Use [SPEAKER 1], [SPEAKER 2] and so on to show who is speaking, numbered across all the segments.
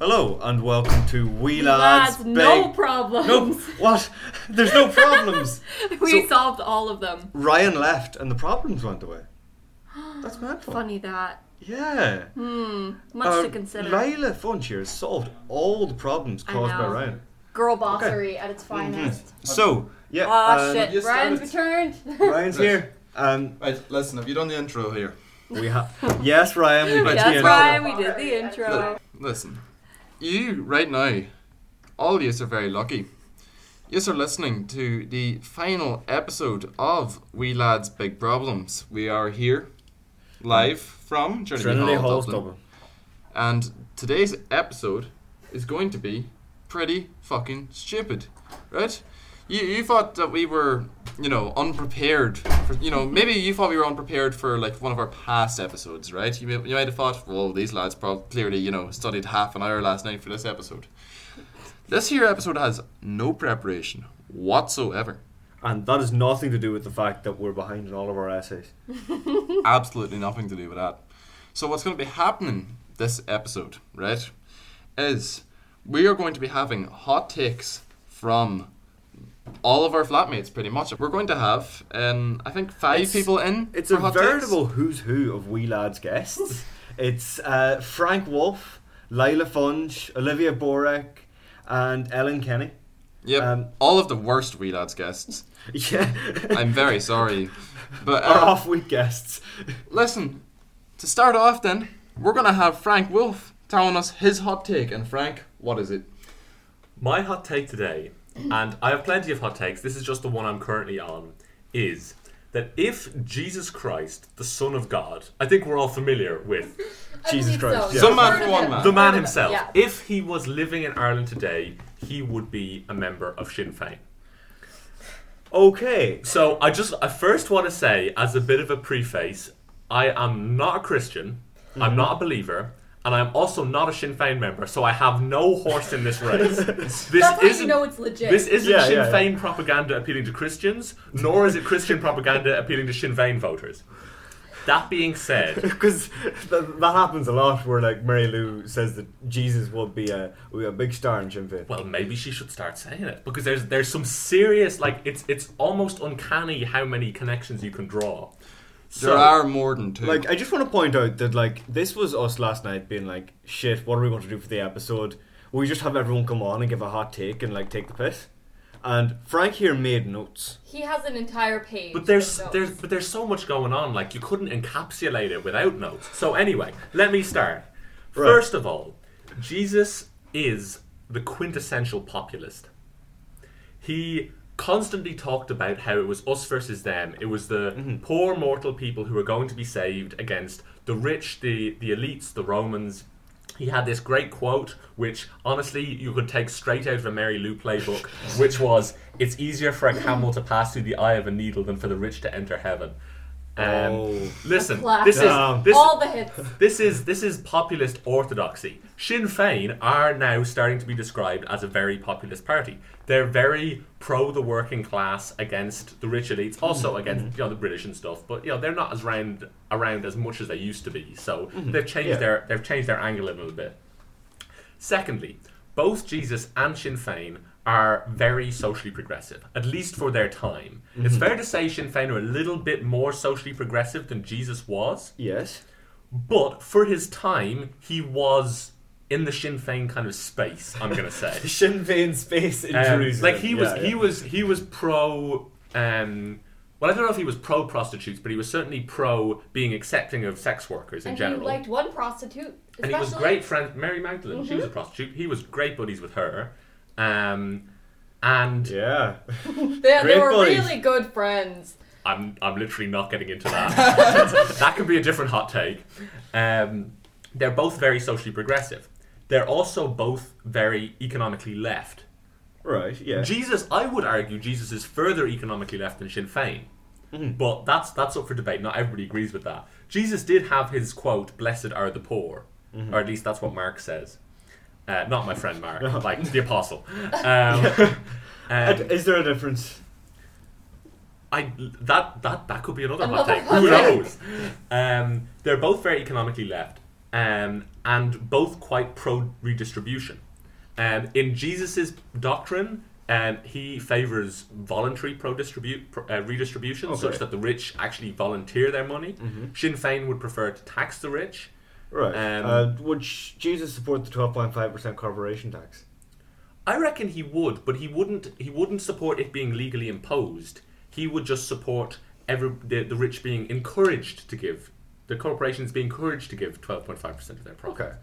[SPEAKER 1] Hello and welcome to We Lads,
[SPEAKER 2] Lads, no
[SPEAKER 1] Beg-
[SPEAKER 2] problems.
[SPEAKER 1] No, what? There's no problems.
[SPEAKER 2] we
[SPEAKER 1] So-
[SPEAKER 2] solved all of them.
[SPEAKER 1] Ryan left and the problems went away. That's mad. fun.
[SPEAKER 2] Funny that.
[SPEAKER 1] Yeah.
[SPEAKER 2] Hmm. Much
[SPEAKER 1] Uh,
[SPEAKER 3] Um,
[SPEAKER 2] to consider.
[SPEAKER 1] Lila Funchier solved all the problems
[SPEAKER 2] I
[SPEAKER 1] caused by
[SPEAKER 2] know.
[SPEAKER 1] Ryan.
[SPEAKER 2] Girl
[SPEAKER 3] Uh,
[SPEAKER 2] bossery at
[SPEAKER 1] Mm-hmm.
[SPEAKER 2] its
[SPEAKER 4] Uh,
[SPEAKER 2] finest.
[SPEAKER 1] So yeah.
[SPEAKER 2] Oh
[SPEAKER 1] um,
[SPEAKER 2] shit!
[SPEAKER 4] you
[SPEAKER 2] Brian's returned.
[SPEAKER 1] Ryan's here. Um,
[SPEAKER 4] Right, listen, have you done the intro here?
[SPEAKER 1] we have yes, Ryan. We did
[SPEAKER 2] yeah,
[SPEAKER 1] the
[SPEAKER 2] that's
[SPEAKER 1] intro.
[SPEAKER 2] Brian. We did the intro.
[SPEAKER 4] Look, listen, you right now, all yous are very lucky. Yous are listening to the final episode of We Lads Big Problems. We are here, live from Trinity,
[SPEAKER 1] Trinity
[SPEAKER 4] Hall,
[SPEAKER 1] Hall's
[SPEAKER 4] Dublin.
[SPEAKER 1] Dublin.
[SPEAKER 4] And today's episode is going to be pretty fucking stupid, right? You, you thought that we were, you know, unprepared. For, you know, maybe you thought we were unprepared for like one of our past episodes, right? You, may- you might have thought, well, these lads probably clearly, you know, studied half an hour last night for this episode. This here episode has no preparation whatsoever.
[SPEAKER 1] And that has nothing to do with the fact that we're behind in all of our essays.
[SPEAKER 4] absolutely nothing to do with that. So what's going to be happening this episode, right, is we are going to be having hot takes from all of our flatmates, pretty much. We're going to have, um, I think, five
[SPEAKER 1] It's-
[SPEAKER 4] people in.
[SPEAKER 1] It's
[SPEAKER 4] for
[SPEAKER 1] a
[SPEAKER 4] hot
[SPEAKER 1] veritable who's who of Wee Lads guests. it's uh, Frank Wolf, Lila Funge, Olivia Borek, and Ellen Kenny.
[SPEAKER 4] Takes. Yep,
[SPEAKER 1] um,
[SPEAKER 4] all of the worst wee lads guests.
[SPEAKER 1] Yeah.
[SPEAKER 4] I'm very sorry, but
[SPEAKER 1] Our
[SPEAKER 4] uh,
[SPEAKER 1] off week guests.
[SPEAKER 4] listen. To start off, then we're going to have Frank Wolf telling us his hot take. And Frank, what is it?
[SPEAKER 3] My hot take today, and I have plenty of hot takes, this is just the one I'm currently on, is that if Jesus Christ, the Son of God, I think we're all familiar with
[SPEAKER 2] I
[SPEAKER 1] Jesus
[SPEAKER 2] believe
[SPEAKER 1] Christ,
[SPEAKER 2] So.
[SPEAKER 1] yeah.
[SPEAKER 4] Some man
[SPEAKER 2] Heard
[SPEAKER 4] for
[SPEAKER 2] of
[SPEAKER 4] one
[SPEAKER 2] him.
[SPEAKER 4] man.
[SPEAKER 3] the man
[SPEAKER 2] Heard of him,
[SPEAKER 3] himself,
[SPEAKER 2] yeah.
[SPEAKER 3] if he was living in Ireland today, he would be a member of Sinn Féin.
[SPEAKER 1] Okay.
[SPEAKER 3] So I just, I first want to say, as a bit of a preface, I am not a Christian, I'm not a believer. And I'm also not a Sinn Féin member, so I have no horse in this race. This
[SPEAKER 2] That's how you
[SPEAKER 3] isn't-
[SPEAKER 2] know it's legit.
[SPEAKER 3] This isn't
[SPEAKER 1] Yeah,
[SPEAKER 3] Sinn
[SPEAKER 1] yeah,
[SPEAKER 3] Fein propaganda appealing to Christians, nor is it Christian propaganda appealing to Sinn Fein voters. That being said,
[SPEAKER 1] Because that, that happens a lot where like Mary Lou says that Jesus will be a, will be a big star in Sinn Féin.
[SPEAKER 3] well, maybe she should start saying it because there's there's some serious like it's it's almost uncanny how many connections you can draw. So,
[SPEAKER 4] There are more than two.
[SPEAKER 1] Like, I just want to point out that, like, this was us last night being like, shit, what are we going to do for the episode? We just have everyone come on and give a hot take and, like, take the piss. And Frank here made notes.
[SPEAKER 2] He has an entire page.
[SPEAKER 3] But there's
[SPEAKER 2] of
[SPEAKER 3] there's
[SPEAKER 2] notes.
[SPEAKER 3] but there's so much going on, like you couldn't encapsulate it without notes. So anyway, let me start.
[SPEAKER 1] Right.
[SPEAKER 3] First of all, Jesus is the quintessential populist. He constantly talked about how it was us versus them. It was the poor mortal people who were going to be saved against the rich, the the elites, the Romans. He had this great quote, which honestly you could take straight out of a Mary Lou playbook, which was, "It's easier for a camel to pass through the eye of a needle than for the rich to enter heaven." Um,
[SPEAKER 1] Oh.
[SPEAKER 3] Listen,
[SPEAKER 2] Classic.
[SPEAKER 3] this
[SPEAKER 1] Damn.
[SPEAKER 3] is this
[SPEAKER 5] Um,
[SPEAKER 2] all the hits.
[SPEAKER 3] this is this is populist orthodoxy. Sinn Fein are now starting to be described as a very populist party. They're very pro the working class against the rich elites, also against you know the British and stuff. But you know they're not as round around as much as they used to be. So they've changed
[SPEAKER 1] Yeah.
[SPEAKER 3] their they've changed their angle a little bit. Secondly, both Jesus and Sinn Fein are very socially progressive, at least for their time. It's fair to say Sinn Fein are a little bit more socially progressive than Jesus was.
[SPEAKER 1] Yes.
[SPEAKER 3] But for his time, he was in the Sinn Fein kind of space. I'm gonna say,
[SPEAKER 1] Sinn Féin space in
[SPEAKER 3] Um,
[SPEAKER 1] Jerusalem.
[SPEAKER 3] like he was, he was, he was pro. Um, well, I don't know if he was pro prostitutes, but he was certainly pro being accepting of sex workers in
[SPEAKER 2] And
[SPEAKER 3] general.
[SPEAKER 2] he liked one prostitute.
[SPEAKER 3] and he was
[SPEAKER 2] especially. Mm-hmm.
[SPEAKER 3] great friend Mary Magdalene. She was a prostitute. He was great buddies with her. Um, and
[SPEAKER 1] Yeah.
[SPEAKER 2] They, they
[SPEAKER 1] Great
[SPEAKER 2] were
[SPEAKER 1] buddies.
[SPEAKER 2] really good friends.
[SPEAKER 3] I'm I'm literally not getting into that. that could be a different hot take. Um, they're both very socially progressive. They're also both very economically left.
[SPEAKER 1] Right, yeah.
[SPEAKER 3] Jesus, I would argue, Jesus is further economically left than Sinn Fein. But that's that's up for debate. Not everybody agrees with that. Jesus did have his quote, "Blessed are the poor," or at least that's what Mark says. Uh, not my friend Mark, like the apostle. Um, um,
[SPEAKER 1] Is there a difference?
[SPEAKER 3] I that that that could be another hot
[SPEAKER 2] Another
[SPEAKER 3] take.
[SPEAKER 2] hot
[SPEAKER 3] Who
[SPEAKER 2] take.
[SPEAKER 3] knows? Um, they're both very economically left. um, and both quite pro redistribution. Um, in Jesus' doctrine, um, he favors voluntary pro distribute pro- uh, redistribution,
[SPEAKER 1] Okay.
[SPEAKER 3] such that the rich actually volunteer their money. Sinn Féin would prefer to tax the rich.
[SPEAKER 1] Right.
[SPEAKER 3] Um,
[SPEAKER 1] uh, would sh- Jesus support the 12.5% corporation tax?
[SPEAKER 3] I reckon he would, but he wouldn't. He wouldn't support it being legally imposed. He would just support every the, the rich being encouraged to give, the corporations being encouraged to give twelve point five percent of their profit.
[SPEAKER 1] Okay.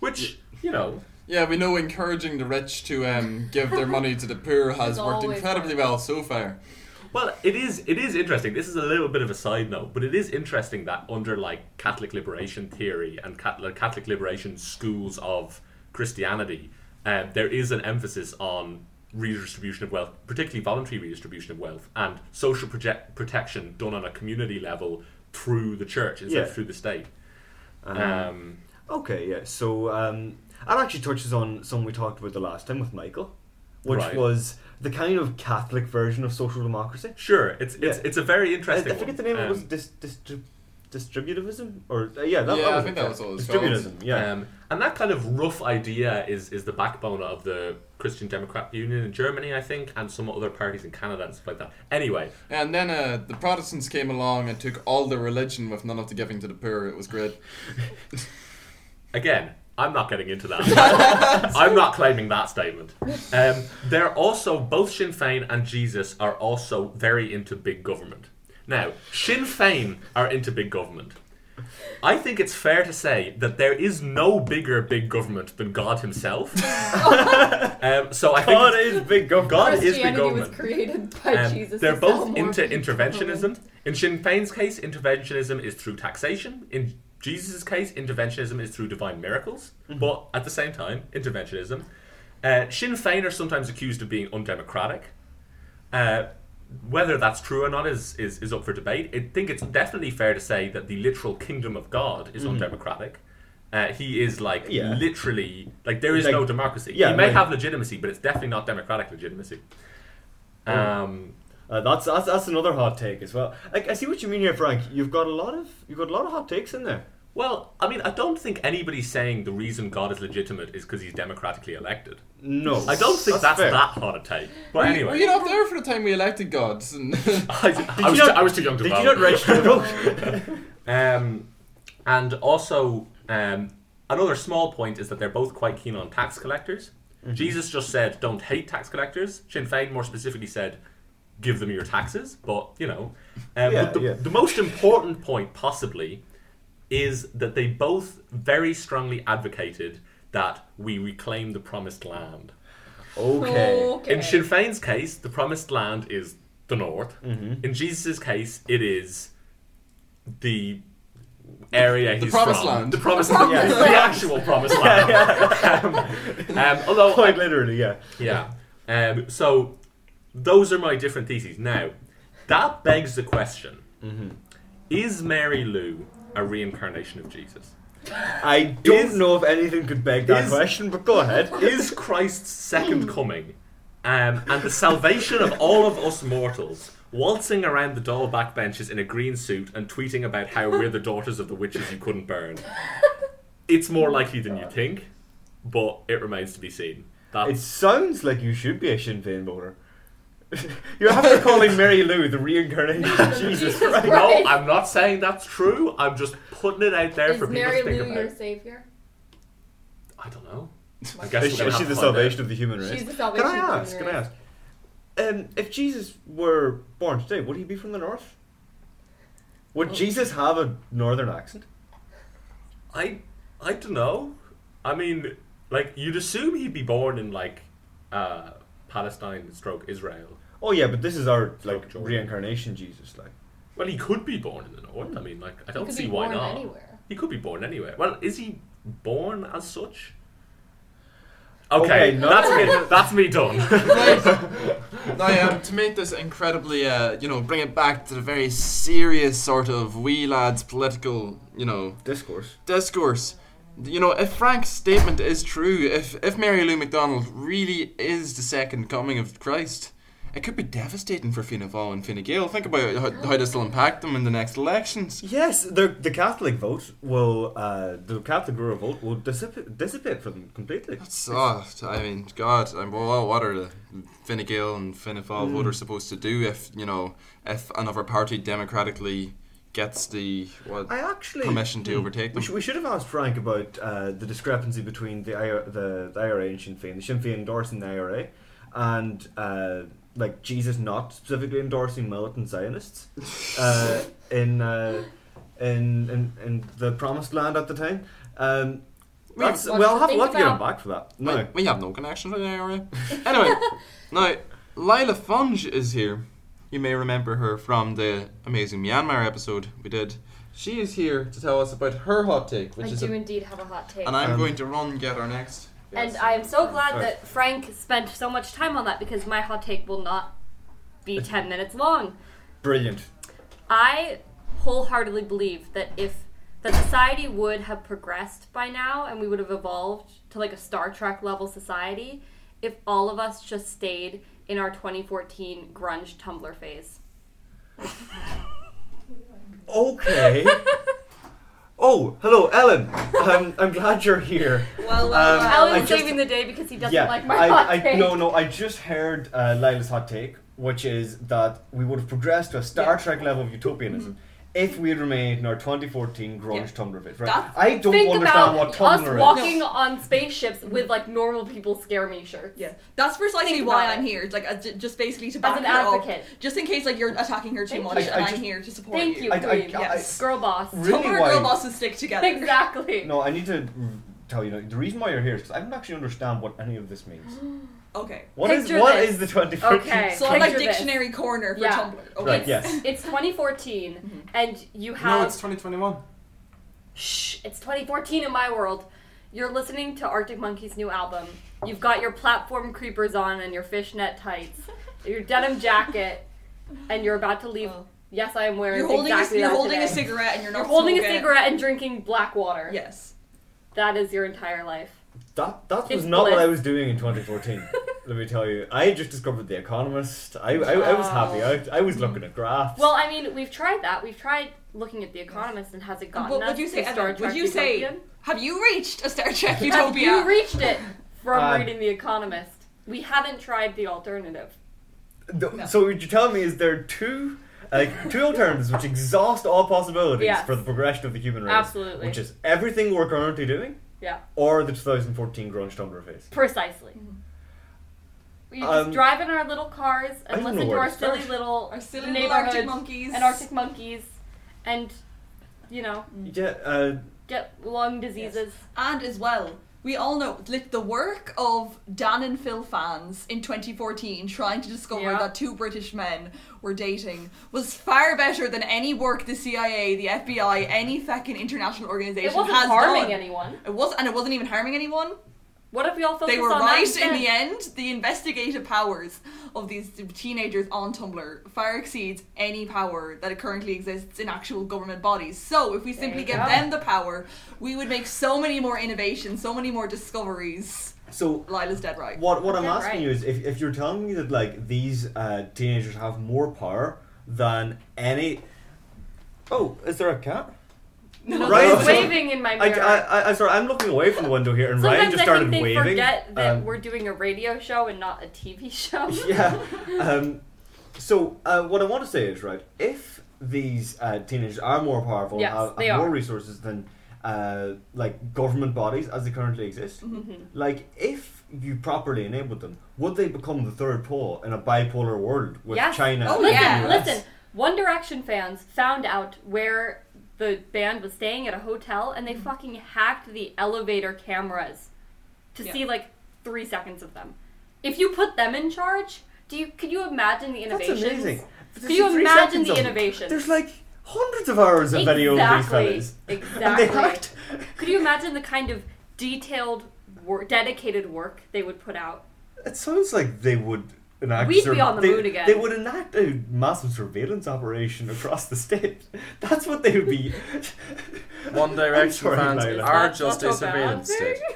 [SPEAKER 3] Which you know,
[SPEAKER 4] Yeah, we know encouraging the rich to um, give their money to the poor has
[SPEAKER 2] Has
[SPEAKER 4] worked
[SPEAKER 2] always
[SPEAKER 4] incredibly
[SPEAKER 2] worked.
[SPEAKER 4] well so far.
[SPEAKER 3] well, it is. It is interesting. This is a little bit of a side note, but it is interesting that under like Catholic liberation theory and Cat- like, Catholic liberation schools of Christianity, uh, there is an emphasis on redistribution of wealth, particularly voluntary redistribution of wealth, and social project- protection done on a community level through the church instead
[SPEAKER 1] Yeah. Uh-huh.
[SPEAKER 3] of through the state. Um,
[SPEAKER 1] Okay, yeah. So um, that actually touches on something we talked about the last time with Michael, which
[SPEAKER 3] Right.
[SPEAKER 1] was the kind of Catholic version of social democracy.
[SPEAKER 3] sure, it's it's
[SPEAKER 1] Yeah.
[SPEAKER 3] it's a very
[SPEAKER 1] I, I
[SPEAKER 3] interesting.
[SPEAKER 1] forget
[SPEAKER 3] one.
[SPEAKER 1] the name. it was
[SPEAKER 3] Um,
[SPEAKER 1] dis, dis, distributivism, or uh, yeah, that,
[SPEAKER 4] Yeah,
[SPEAKER 1] that
[SPEAKER 4] I
[SPEAKER 1] was
[SPEAKER 4] think
[SPEAKER 1] it,
[SPEAKER 4] that
[SPEAKER 1] yeah.
[SPEAKER 4] was what it was called.
[SPEAKER 1] distributism. Yeah,
[SPEAKER 3] Um, and that kind of rough idea is, is the backbone of the Christian Democrat Union in Germany, I think, and some other parties in Canada and stuff like that. Anyway,
[SPEAKER 4] And then uh, the Protestants came along and took all the religion with none of the giving to the poor. It was great.
[SPEAKER 3] again, I'm not getting into that. I'm not claiming that statement. Um, they're also, both Sinn Féin and Jesus are also very into big government. Now, Sinn Féin are into big government. I think it's fair to say that there is no bigger big government than God himself. um, so I think
[SPEAKER 1] God
[SPEAKER 3] it's-
[SPEAKER 1] is big government.
[SPEAKER 3] God is big
[SPEAKER 2] Christianity was
[SPEAKER 3] government.
[SPEAKER 2] created by
[SPEAKER 3] Um,
[SPEAKER 2] Jesus.
[SPEAKER 3] They're
[SPEAKER 2] to sell
[SPEAKER 3] both
[SPEAKER 2] more
[SPEAKER 3] into
[SPEAKER 2] people.
[SPEAKER 3] interventionism. In Sinn Féin's case, interventionism is through taxation. In Jesus' case, interventionism is through divine miracles.
[SPEAKER 1] Mm-hmm.
[SPEAKER 3] But at the same time, interventionism. Uh, Sinn Féin are sometimes accused of being undemocratic. Uh, whether that's true or not is, is, is up for debate. I think it's definitely fair to say that the literal kingdom of God is undemocratic. Uh, he is like
[SPEAKER 1] Mm-hmm. Yeah.
[SPEAKER 3] literally like there is
[SPEAKER 1] Like-
[SPEAKER 3] no democracy.
[SPEAKER 1] yeah,
[SPEAKER 3] he may
[SPEAKER 1] like-
[SPEAKER 3] have legitimacy, but it's definitely not democratic legitimacy.
[SPEAKER 1] Oh.
[SPEAKER 3] Um,
[SPEAKER 1] Uh, that's, that's that's another hot take as well. Like I see what you mean here, Frank. You've got a lot of you've got a lot of hot takes in there.
[SPEAKER 3] Well, I mean, I don't think anybody's saying the reason God is legitimate is because he's democratically elected.
[SPEAKER 1] No,
[SPEAKER 3] I don't think that's,
[SPEAKER 1] fair.
[SPEAKER 3] that hot a take. But
[SPEAKER 4] Were you-
[SPEAKER 3] anyway,
[SPEAKER 4] Were you not there for the time we elected gods? And
[SPEAKER 3] I, I
[SPEAKER 1] you
[SPEAKER 3] was
[SPEAKER 1] not-
[SPEAKER 3] too, I was too young to
[SPEAKER 1] Did
[SPEAKER 3] vote.
[SPEAKER 1] you not register to vote?
[SPEAKER 3] Um, and also, um, another small point is that they're both quite keen on tax collectors.
[SPEAKER 1] Mm-hmm.
[SPEAKER 3] Jesus just said, "Don't hate tax collectors." Sinn Féin more specifically said, "Give them your taxes." But you know, um,
[SPEAKER 1] Yeah,
[SPEAKER 3] but the,
[SPEAKER 1] yeah.
[SPEAKER 3] the most important point possibly is that they both very strongly advocated that we reclaim the promised land.
[SPEAKER 1] okay.
[SPEAKER 2] Okay.
[SPEAKER 3] In Sinn Féin's case, the promised land is the north. In Jesus' case, it is the area
[SPEAKER 4] The
[SPEAKER 3] he's
[SPEAKER 4] promised
[SPEAKER 3] from.
[SPEAKER 4] land.
[SPEAKER 3] The promised
[SPEAKER 2] The
[SPEAKER 3] land.
[SPEAKER 1] promised
[SPEAKER 3] The
[SPEAKER 1] land.
[SPEAKER 3] actual promised land. Um, um, although,
[SPEAKER 1] Quite literally, yeah.
[SPEAKER 3] yeah. Um, so, those are my different theses. Now, that begs the question Is Mary Lou a reincarnation of Jesus?
[SPEAKER 1] I don't
[SPEAKER 3] Is-
[SPEAKER 1] know if anything could beg that
[SPEAKER 3] is-
[SPEAKER 1] question, but go ahead.
[SPEAKER 3] is Christ's second coming um, and the salvation of all of us mortals waltzing around the doll back benches in a green suit and tweeting about how we're the daughters of the witches you couldn't burn. It's more likely than you think, but it remains to be seen.
[SPEAKER 1] It
[SPEAKER 3] That's,
[SPEAKER 1] sounds like you should be a Sinn Féin voter. You're after calling Mary Lou the reincarnation of Jesus
[SPEAKER 2] Jesus
[SPEAKER 1] Christ.
[SPEAKER 3] no, I'm not saying that's true. I'm just putting it out there
[SPEAKER 2] Is
[SPEAKER 3] for people
[SPEAKER 2] Mary
[SPEAKER 3] to think
[SPEAKER 2] Lou
[SPEAKER 3] about.
[SPEAKER 2] your savior?
[SPEAKER 3] I don't know. I guess
[SPEAKER 1] Is she,
[SPEAKER 3] we're gonna
[SPEAKER 1] is she
[SPEAKER 3] have
[SPEAKER 1] the
[SPEAKER 3] to find out.
[SPEAKER 1] salvation of the human race?
[SPEAKER 2] She's the salvation.
[SPEAKER 1] can I
[SPEAKER 2] of the
[SPEAKER 1] ask? Can I
[SPEAKER 2] universe.
[SPEAKER 1] ask? Um, if Jesus were born today, would he be from the north?
[SPEAKER 2] Oh.
[SPEAKER 1] Would Jesus have a northern accent?
[SPEAKER 3] I I don't know. I mean, like you'd assume he'd be born in like uh, Palestine, stroke Israel.
[SPEAKER 1] Oh yeah, but this is our like
[SPEAKER 3] Jordan.
[SPEAKER 1] reincarnation Jesus. Like
[SPEAKER 3] Well, he could be born in the north. I mean, like I
[SPEAKER 2] You
[SPEAKER 3] don't
[SPEAKER 2] could
[SPEAKER 3] see
[SPEAKER 2] be
[SPEAKER 3] why
[SPEAKER 2] born
[SPEAKER 3] not.
[SPEAKER 2] Anywhere.
[SPEAKER 3] He could be born anywhere. Well, is he born as such?
[SPEAKER 1] Okay,
[SPEAKER 3] Okay,
[SPEAKER 1] no.
[SPEAKER 3] that's me. That's me done.
[SPEAKER 4] I, um, to make this incredibly, uh, you know, bring it back to the very serious sort of wee lads political, you know,
[SPEAKER 1] discourse.
[SPEAKER 4] discourse. You know, if Frank's statement is true, if if Mary Lou McDonald really is the second coming of Christ, It could be devastating for Fianna Fáil and Fine Gael. Think about how, how this will impact them in the next elections.
[SPEAKER 1] Yes, the the Catholic vote will uh, the Catholic rural vote will dissipate, dissipate for them completely.
[SPEAKER 4] That's uh, soft. I mean, God, I'm, well, what are the Fine Gael and Fianna Fáil
[SPEAKER 1] Mm.
[SPEAKER 4] voters supposed to do if you know if another party democratically gets the what
[SPEAKER 1] I actually
[SPEAKER 4] permission to
[SPEAKER 1] Hmm.
[SPEAKER 4] overtake
[SPEAKER 1] We
[SPEAKER 4] them?
[SPEAKER 1] should, we should have asked Frank about uh, the discrepancy between the, IR, the the IRA and Sinn Féin. The Sinn Féin endorsing the IRA, and uh, like Jesus not specifically endorsing militant Zionists uh, in, uh, in in in the Promised Land at the time. Um,
[SPEAKER 4] We have-
[SPEAKER 1] that's,
[SPEAKER 2] Lots
[SPEAKER 1] well,
[SPEAKER 2] to
[SPEAKER 1] I'll have,
[SPEAKER 2] think
[SPEAKER 1] we'll have to get him
[SPEAKER 2] about.
[SPEAKER 1] back for that. No,
[SPEAKER 4] We, we have no connection to the IRA. anyway, now Lila Funge is here. You may remember her from the amazing Myanmar episode we did. She is here to tell us about her hot take, which
[SPEAKER 2] I
[SPEAKER 4] is,
[SPEAKER 2] do
[SPEAKER 4] a-
[SPEAKER 2] indeed have a hot take.
[SPEAKER 4] and I'm
[SPEAKER 1] Um,
[SPEAKER 4] going to run get her next.
[SPEAKER 5] And I am so glad
[SPEAKER 1] Alright.
[SPEAKER 5] that Frank spent so much time on that because my hot take will not be 10 minutes long.
[SPEAKER 1] brilliant.
[SPEAKER 5] I wholeheartedly believe that if that society would have progressed by now and we would have evolved to like a Star Trek level society if all of us just stayed in our 2014 grunge Tumblr phase.
[SPEAKER 1] Okay. oh, hello, Ellen. Um, I'm glad you're here.
[SPEAKER 5] Well,
[SPEAKER 1] well, Um, well. I
[SPEAKER 5] Alan's
[SPEAKER 1] just-
[SPEAKER 5] saving the day because he doesn't like my
[SPEAKER 1] I,
[SPEAKER 5] hot
[SPEAKER 1] I,
[SPEAKER 5] take.
[SPEAKER 1] No, no, I just heard uh, Lila's hot take, which is that we would have progressed to a Star Trek level of utopianism if we had remained in our 2014 grunge
[SPEAKER 5] Mm-hmm. Yeah.
[SPEAKER 1] Tumblr bit. Right?
[SPEAKER 5] That's-
[SPEAKER 1] I don't
[SPEAKER 5] Think
[SPEAKER 1] understand
[SPEAKER 5] about
[SPEAKER 1] what
[SPEAKER 5] us
[SPEAKER 1] Tumblr is.
[SPEAKER 5] walking on spaceships with like normal people scare me shirts.
[SPEAKER 6] Yeah, that's precisely
[SPEAKER 5] Think
[SPEAKER 6] why
[SPEAKER 5] about
[SPEAKER 6] I'm
[SPEAKER 5] it.
[SPEAKER 6] here. Like, uh, j- just basically to back
[SPEAKER 5] an
[SPEAKER 6] her up,
[SPEAKER 5] advocate.
[SPEAKER 6] just in case like you're attacking her too
[SPEAKER 5] Thank
[SPEAKER 6] much,
[SPEAKER 5] you.
[SPEAKER 6] and
[SPEAKER 1] I- I
[SPEAKER 6] I'm
[SPEAKER 1] just-
[SPEAKER 6] here to support
[SPEAKER 5] Thank you,
[SPEAKER 6] you.
[SPEAKER 1] I- I-
[SPEAKER 5] queen.
[SPEAKER 1] I-
[SPEAKER 5] yes. Girl boss.
[SPEAKER 1] Really
[SPEAKER 6] Tumblr and
[SPEAKER 1] why-
[SPEAKER 6] girl bosses stick together.
[SPEAKER 5] Exactly.
[SPEAKER 1] No, I need to mm, tell you, no, the reason why you're here is because I don't actually understand what any of this means.
[SPEAKER 6] Okay.
[SPEAKER 1] What is
[SPEAKER 5] Picture
[SPEAKER 1] what
[SPEAKER 5] this.
[SPEAKER 1] is the 2014?
[SPEAKER 5] Okay.
[SPEAKER 6] So I'm like
[SPEAKER 5] Picture this.
[SPEAKER 6] dictionary corner for
[SPEAKER 5] Yeah.
[SPEAKER 6] Tumblr. Okay.
[SPEAKER 1] Right, yes.
[SPEAKER 5] It's 2014,
[SPEAKER 6] Mhm.
[SPEAKER 5] and you have.
[SPEAKER 4] No, it's 2021.
[SPEAKER 5] Shh, it's 2014 in my world. You're listening to Arctic Monkey's new album. You've got your platform creepers on and your fishnet tights, your denim jacket, and you're about to leave.
[SPEAKER 6] Oh.
[SPEAKER 5] Yes, I am wearing
[SPEAKER 6] You're holding
[SPEAKER 5] exactly
[SPEAKER 6] a, you're
[SPEAKER 5] that
[SPEAKER 6] holding
[SPEAKER 5] today.
[SPEAKER 6] a cigarette and you're not.
[SPEAKER 5] You're holding a
[SPEAKER 6] smoking.
[SPEAKER 5] cigarette and drinking black water.
[SPEAKER 6] Yes.
[SPEAKER 5] That is your entire life.
[SPEAKER 1] That that was
[SPEAKER 5] It's
[SPEAKER 1] not what
[SPEAKER 5] bliss.
[SPEAKER 1] I was doing in 2014. Let me tell you, I just discovered The Economist. I, I, I was happy. I, I was looking at graphs.
[SPEAKER 5] Oh. Hmm. Well, I mean, we've tried that. We've tried looking at The Economist, and has it gotten
[SPEAKER 6] What
[SPEAKER 5] us
[SPEAKER 6] would you say?
[SPEAKER 5] to Star
[SPEAKER 6] Evan,
[SPEAKER 5] Trek
[SPEAKER 6] would you say?
[SPEAKER 5] Utopian?
[SPEAKER 6] Have you reached a Star Trek
[SPEAKER 5] Have
[SPEAKER 6] utopia?
[SPEAKER 5] you reached it from
[SPEAKER 1] Uh,
[SPEAKER 5] reading The Economist? We haven't tried the alternative.
[SPEAKER 1] Th-
[SPEAKER 6] No.
[SPEAKER 1] So what you're telling me is there are two like two alternatives which exhaust all possibilities
[SPEAKER 5] Yes.
[SPEAKER 1] for the progression of the human race.
[SPEAKER 5] Absolutely.
[SPEAKER 1] Which is everything we're currently doing
[SPEAKER 5] Yeah.
[SPEAKER 1] or the 2014 grunge Tumblr phase.
[SPEAKER 5] Precisely.
[SPEAKER 6] Mm-hmm.
[SPEAKER 5] We
[SPEAKER 1] Um,
[SPEAKER 5] just drive in our little cars
[SPEAKER 1] I don't
[SPEAKER 5] and
[SPEAKER 1] know
[SPEAKER 5] listen to
[SPEAKER 1] where
[SPEAKER 5] our
[SPEAKER 1] to
[SPEAKER 5] silly
[SPEAKER 1] start.
[SPEAKER 5] little
[SPEAKER 6] Our silly little
[SPEAKER 5] neighborhoods
[SPEAKER 6] Arctic monkeys.
[SPEAKER 5] and Arctic monkeys, and you know
[SPEAKER 1] Yeah, uh,
[SPEAKER 5] get lung diseases.
[SPEAKER 6] And as well, we all know like, the work of Dan and Phil fans in 2014 trying to discover
[SPEAKER 5] Yeah.
[SPEAKER 6] that two British men were dating was far better than any work the CIA, the FBI, any fucking international organization
[SPEAKER 5] It wasn't
[SPEAKER 6] has
[SPEAKER 5] harming
[SPEAKER 6] done.
[SPEAKER 5] anyone.
[SPEAKER 6] It was, and it wasn't even harming anyone.
[SPEAKER 5] What if we all focused
[SPEAKER 6] They were
[SPEAKER 5] on that
[SPEAKER 6] right in
[SPEAKER 5] instead?
[SPEAKER 6] the end. The investigative powers of these teenagers on Tumblr far exceeds any power that currently exists in actual government bodies. So if we simply
[SPEAKER 5] you
[SPEAKER 6] give
[SPEAKER 5] go.
[SPEAKER 6] them the power, we would make so many more innovations, so many more discoveries.
[SPEAKER 1] so
[SPEAKER 6] Lila's dead right.
[SPEAKER 1] what what I'm
[SPEAKER 5] They're
[SPEAKER 1] asking
[SPEAKER 5] right.
[SPEAKER 1] you is if, if you're telling me that like these uh, teenagers have more power than any Oh, is there a cat?
[SPEAKER 5] No,
[SPEAKER 1] Right,
[SPEAKER 5] they're
[SPEAKER 1] so-
[SPEAKER 5] waving in my
[SPEAKER 1] I,
[SPEAKER 5] mirror.
[SPEAKER 1] I, I, I'm sorry, I'm looking away from the window here, and
[SPEAKER 5] uh, Sometimes
[SPEAKER 1] Ryan just
[SPEAKER 5] I
[SPEAKER 1] started
[SPEAKER 5] think they
[SPEAKER 1] waving.
[SPEAKER 5] forget that
[SPEAKER 1] Um,
[SPEAKER 5] we're doing a radio show and not a TV show.
[SPEAKER 1] yeah. Um, so uh, what I want to say is right. If these uh, teenagers are more powerful
[SPEAKER 5] Yes,
[SPEAKER 1] and have,
[SPEAKER 5] they
[SPEAKER 1] have more
[SPEAKER 5] are.
[SPEAKER 1] resources than uh, like government bodies as they currently exist,
[SPEAKER 5] Mhm.
[SPEAKER 1] like if you properly enabled them, would they become the third pole in a bipolar world with
[SPEAKER 5] Yes.
[SPEAKER 1] China?
[SPEAKER 6] Oh,
[SPEAKER 1] and the
[SPEAKER 5] listen,
[SPEAKER 6] yeah.
[SPEAKER 1] US?
[SPEAKER 5] listen. One Direction fans found out where the band was staying at a hotel, and they
[SPEAKER 6] Mm-hmm.
[SPEAKER 5] fucking hacked the elevator cameras to
[SPEAKER 6] Yeah.
[SPEAKER 5] see like three seconds of them. If you put them in charge, do you? Could you imagine the
[SPEAKER 1] That's
[SPEAKER 5] innovations?
[SPEAKER 1] amazing.
[SPEAKER 5] Can you
[SPEAKER 1] 53
[SPEAKER 5] imagine
[SPEAKER 1] seconds
[SPEAKER 5] the
[SPEAKER 1] of them.
[SPEAKER 5] innovations?
[SPEAKER 1] There's like hundreds of hours of video of these
[SPEAKER 5] Exactly.
[SPEAKER 1] fellas.
[SPEAKER 5] Exactly.
[SPEAKER 1] And they hacked.
[SPEAKER 5] Could you imagine the kind of detailed, wor- dedicated work they would put out?
[SPEAKER 1] It sounds like they would enact.
[SPEAKER 5] We'd be on the
[SPEAKER 1] they,
[SPEAKER 5] moon again.
[SPEAKER 1] They would enact a massive surveillance operation across the state. That's what they would be.
[SPEAKER 4] One Direction
[SPEAKER 1] sorry,
[SPEAKER 4] fans
[SPEAKER 1] Lila.
[SPEAKER 4] are
[SPEAKER 5] That's
[SPEAKER 4] just
[SPEAKER 5] not
[SPEAKER 4] a
[SPEAKER 5] so bad.
[SPEAKER 4] surveillance state.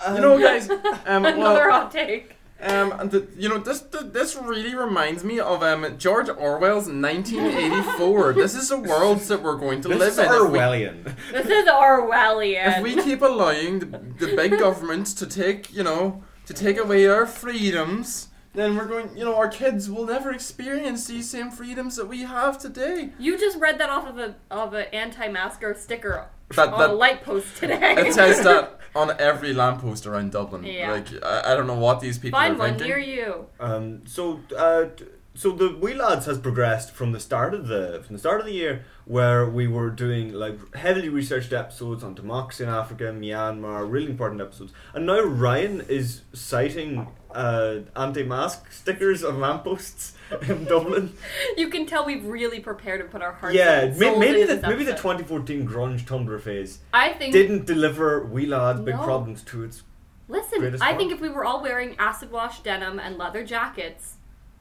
[SPEAKER 1] Um,
[SPEAKER 4] You know, guys. Um,
[SPEAKER 5] Another
[SPEAKER 4] well,
[SPEAKER 5] hot take.
[SPEAKER 4] Um, and the, you know this th- this really reminds me of um George Orwell's 1984. this is the world that we're going to
[SPEAKER 1] This is
[SPEAKER 4] live in. if we-
[SPEAKER 1] Orwellian.
[SPEAKER 5] This is Orwellian.
[SPEAKER 4] If we keep allowing the, the big government to take, you know, to take away our freedoms, then we're going, you know, our kids will never experience these same freedoms that we have today.
[SPEAKER 5] you just read that off of a of an anti-masker sticker
[SPEAKER 4] That,
[SPEAKER 5] on a
[SPEAKER 4] that,
[SPEAKER 5] light post today.
[SPEAKER 4] it says that on every lamppost around Dublin.
[SPEAKER 5] Yeah.
[SPEAKER 4] Like, I, I don't know what these people
[SPEAKER 5] Find
[SPEAKER 4] are
[SPEAKER 5] one
[SPEAKER 4] thinking.
[SPEAKER 5] near you.
[SPEAKER 1] Um, so, uh, t- so the Wee Lads has progressed from the start of the from the start of the year, where we were doing like heavily researched episodes on democracy in Africa, Myanmar, really important episodes, and now Ryan is citing uh, anti-mask stickers on lampposts in Dublin.
[SPEAKER 5] You can tell we've really prepared and put our hearts.
[SPEAKER 1] yeah,
[SPEAKER 5] and
[SPEAKER 1] may-
[SPEAKER 5] souls
[SPEAKER 1] maybe
[SPEAKER 5] into
[SPEAKER 1] the
[SPEAKER 5] this
[SPEAKER 1] maybe the
[SPEAKER 5] episode.
[SPEAKER 1] 2014 grunge Tumblr phase
[SPEAKER 5] I think.
[SPEAKER 1] didn't deliver Wee Lads Big
[SPEAKER 5] No.
[SPEAKER 1] Problems to its.
[SPEAKER 5] listen,
[SPEAKER 1] greatest
[SPEAKER 5] I
[SPEAKER 1] work.
[SPEAKER 5] think if we were all wearing acid wash denim and leather jackets,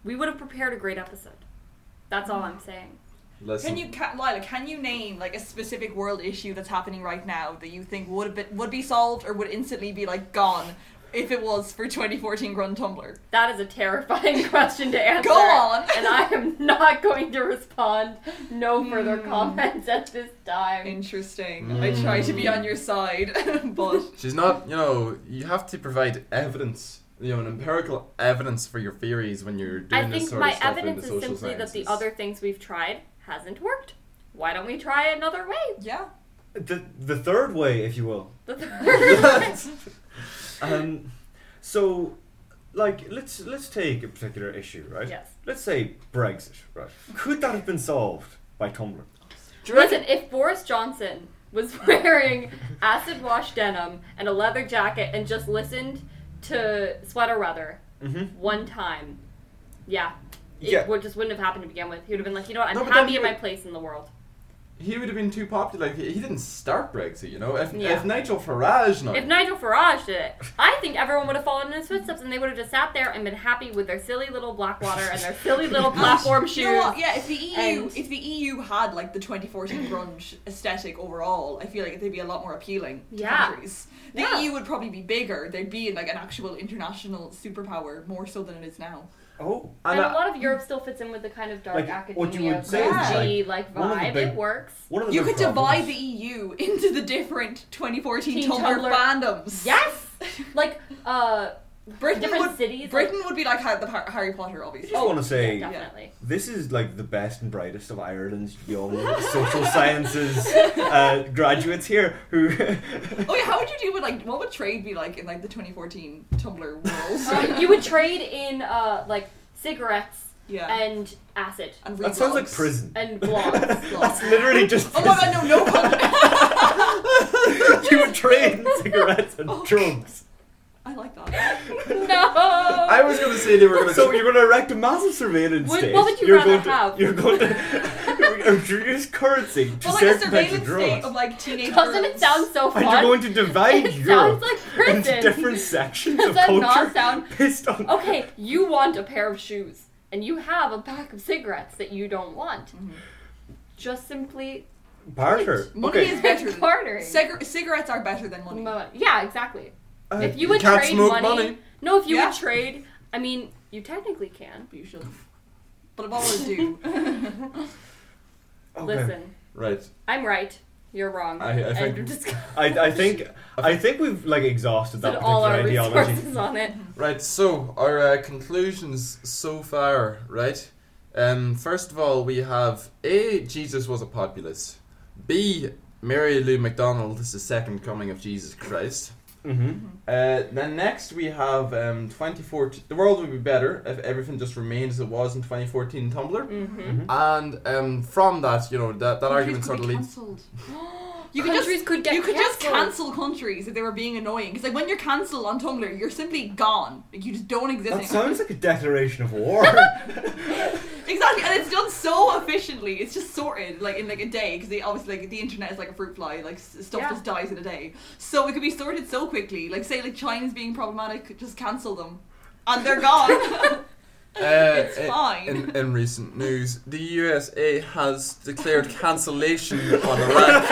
[SPEAKER 5] we would have prepared a great episode. That's all I'm saying.
[SPEAKER 4] Listen,
[SPEAKER 6] Can you, can, Lila? Can you name like a specific world issue that's happening right now that you think would have been, would be solved or would instantly be like gone if it was for 2014 Grun Tumblr?
[SPEAKER 5] That is a terrifying question to answer.
[SPEAKER 6] Go on.
[SPEAKER 5] And I am not going to respond. No further
[SPEAKER 6] Hmm.
[SPEAKER 5] comments at this time.
[SPEAKER 6] Interesting.
[SPEAKER 5] Mm.
[SPEAKER 6] I try to be on your side, but
[SPEAKER 4] she's not, you know, you have to provide evidence. You know, an empirical evidence for your theories when you're
[SPEAKER 5] I
[SPEAKER 4] doing this
[SPEAKER 5] think
[SPEAKER 4] sort
[SPEAKER 5] my
[SPEAKER 4] of stuff in
[SPEAKER 5] evidence
[SPEAKER 4] the
[SPEAKER 5] is
[SPEAKER 4] social
[SPEAKER 5] simply
[SPEAKER 4] sciences.
[SPEAKER 5] that the other things we've tried hasn't worked. Why don't we try another way?
[SPEAKER 6] yeah.
[SPEAKER 1] The, the third way, if you will.
[SPEAKER 5] The third.
[SPEAKER 1] um, so, like, let's let's take a particular issue, right?
[SPEAKER 5] yes.
[SPEAKER 1] Let's say Brexit, right? Could that have been solved by Tumblr?
[SPEAKER 4] Do you reckon-
[SPEAKER 5] Listen, if Boris Johnson was wearing acid wash denim and a leather jacket and just listened to Sweater Weather
[SPEAKER 1] Mm-hmm.
[SPEAKER 5] one time, yeah, it
[SPEAKER 1] Yeah.
[SPEAKER 5] would just wouldn't have happened to begin with. He would have been like, you know what, I'm
[SPEAKER 4] No, but then
[SPEAKER 5] happy
[SPEAKER 4] he
[SPEAKER 5] in
[SPEAKER 4] would-
[SPEAKER 5] my place in the world.
[SPEAKER 4] he would have been too popular. He, he didn't start Brexit, you know. If,
[SPEAKER 5] Yeah.
[SPEAKER 4] if Nigel Farage, no.
[SPEAKER 5] If Nigel Farage did it, I think everyone would have followed in his footsteps and they would have just sat there and been happy with their silly little black water and their silly little platform shoes.
[SPEAKER 6] You know what? Yeah, if the EU
[SPEAKER 5] And-
[SPEAKER 6] if the EU had like the 2014 grunge aesthetic overall, I feel like they'd be a lot more appealing to
[SPEAKER 5] Yeah.
[SPEAKER 6] countries. The
[SPEAKER 5] Yeah.
[SPEAKER 6] EU would probably be bigger. They'd be like an actual international superpower more so than it is now.
[SPEAKER 1] Oh, and
[SPEAKER 5] And a
[SPEAKER 1] I,
[SPEAKER 5] lot of Europe still fits in with the kind of dark
[SPEAKER 1] Like,
[SPEAKER 5] academia,
[SPEAKER 1] what you would say
[SPEAKER 6] is
[SPEAKER 5] grungy, like,
[SPEAKER 1] one of the
[SPEAKER 5] vibe.
[SPEAKER 1] big-
[SPEAKER 5] It works.
[SPEAKER 1] one of the
[SPEAKER 6] You
[SPEAKER 1] big
[SPEAKER 6] could divide the
[SPEAKER 1] problems-
[SPEAKER 6] EU into the different 2014
[SPEAKER 5] Teen
[SPEAKER 6] Tumblr,
[SPEAKER 5] Tumblr.
[SPEAKER 6] fandoms.
[SPEAKER 5] Yes, like uh,
[SPEAKER 6] Britain
[SPEAKER 5] different
[SPEAKER 6] would
[SPEAKER 5] cities. like- Oh,
[SPEAKER 6] Britain would be like Har- the Har- Harry Potter,
[SPEAKER 1] I
[SPEAKER 6] obviously.
[SPEAKER 1] just want to say
[SPEAKER 6] yeah.
[SPEAKER 5] Definitely.
[SPEAKER 1] this is like the best and brightest of Ireland's young social sciences uh, graduates here who.
[SPEAKER 6] Oh yeah, how would you deal with like what would trade be like in like the 2014 Tumblr world?
[SPEAKER 5] Uh, you would trade in uh, like cigarettes
[SPEAKER 6] yeah,
[SPEAKER 5] and acid
[SPEAKER 6] and
[SPEAKER 1] that sounds like
[SPEAKER 6] reblogs.
[SPEAKER 1] prison.
[SPEAKER 5] and blogs.
[SPEAKER 1] That's literally just.
[SPEAKER 6] Oh my god, no, no pun.
[SPEAKER 1] you would trade in cigarettes and drugs.
[SPEAKER 6] I like that.
[SPEAKER 5] no.
[SPEAKER 4] I was going to say they were going to.
[SPEAKER 1] So you're going to erect a massive surveillance
[SPEAKER 5] Would-
[SPEAKER 1] state.
[SPEAKER 5] what would you
[SPEAKER 1] are
[SPEAKER 5] rather
[SPEAKER 1] going to,
[SPEAKER 5] have?
[SPEAKER 1] You're going to introduce currency to
[SPEAKER 6] Well, like a
[SPEAKER 1] certain types of
[SPEAKER 6] surveillance state
[SPEAKER 1] drugs,
[SPEAKER 6] of like teenage.
[SPEAKER 5] Doesn't
[SPEAKER 6] girls.
[SPEAKER 5] it sound so
[SPEAKER 1] and you're
[SPEAKER 5] fun?
[SPEAKER 1] going to divide
[SPEAKER 5] it
[SPEAKER 1] Europe
[SPEAKER 5] sounds like
[SPEAKER 1] into
[SPEAKER 5] prison.
[SPEAKER 1] different sections
[SPEAKER 5] Does
[SPEAKER 1] of
[SPEAKER 5] that
[SPEAKER 1] culture
[SPEAKER 5] not sound-
[SPEAKER 1] based on.
[SPEAKER 5] Okay, you want a pair of shoes, and you have a pack of cigarettes that you don't want.
[SPEAKER 6] Mm-hmm.
[SPEAKER 5] Just simply
[SPEAKER 1] Barter.
[SPEAKER 6] Money
[SPEAKER 1] okay.
[SPEAKER 6] is better. Than,
[SPEAKER 5] bartering.
[SPEAKER 6] Cigar- cigarettes are better than money.
[SPEAKER 5] yeah, exactly.
[SPEAKER 1] Uh,
[SPEAKER 5] if you
[SPEAKER 4] you
[SPEAKER 5] would
[SPEAKER 4] can't
[SPEAKER 5] trade
[SPEAKER 4] smoke
[SPEAKER 5] money,
[SPEAKER 4] money.
[SPEAKER 5] no, if you
[SPEAKER 6] Yeah.
[SPEAKER 5] would trade, I mean, you technically can.
[SPEAKER 6] But you should. But what would it do?
[SPEAKER 1] okay.
[SPEAKER 5] Listen,
[SPEAKER 4] right.
[SPEAKER 5] I'm right. You're wrong.
[SPEAKER 4] I- I think-
[SPEAKER 5] End of discussion.
[SPEAKER 1] I, I think I think we've like exhausted
[SPEAKER 5] Put
[SPEAKER 1] that
[SPEAKER 5] all
[SPEAKER 1] particular
[SPEAKER 5] our
[SPEAKER 1] ideology.
[SPEAKER 5] resources on it.
[SPEAKER 4] Right, so our uh, conclusions so far, right? Um, first of all, we have A, Jesus was a populist. B, Mary Lou McDonald is the second coming of Jesus Christ.
[SPEAKER 1] Mm-hmm.
[SPEAKER 4] Uh, then next we have um, 2014. The world would be better if everything just remained as it was in 2014 Tumblr.
[SPEAKER 5] Mm-hmm.
[SPEAKER 4] And um, from that, you know, that, that argument sort of leads.
[SPEAKER 6] cancelled.
[SPEAKER 5] You
[SPEAKER 6] You could
[SPEAKER 5] countries
[SPEAKER 6] just.
[SPEAKER 5] could get
[SPEAKER 6] You could just
[SPEAKER 5] cancelled.
[SPEAKER 6] cancel countries if they were being annoying. Because like when you're cancelled on Tumblr, you're simply gone. Like you just don't exist.
[SPEAKER 1] That
[SPEAKER 6] anymore.
[SPEAKER 1] sounds like a declaration of war.
[SPEAKER 6] Exactly, and it's done so efficiently. It's just sorted like in like a day because obviously like the internet is like a fruit fly. Like s- stuff
[SPEAKER 5] Yeah.
[SPEAKER 6] just dies in a day, so it could be sorted so quickly. Like say like China's being problematic, just cancel them, and they're gone.
[SPEAKER 4] Uh,
[SPEAKER 6] It's
[SPEAKER 4] i-
[SPEAKER 6] fine.
[SPEAKER 4] In, in recent news, the USA has declared cancellation on Iraq.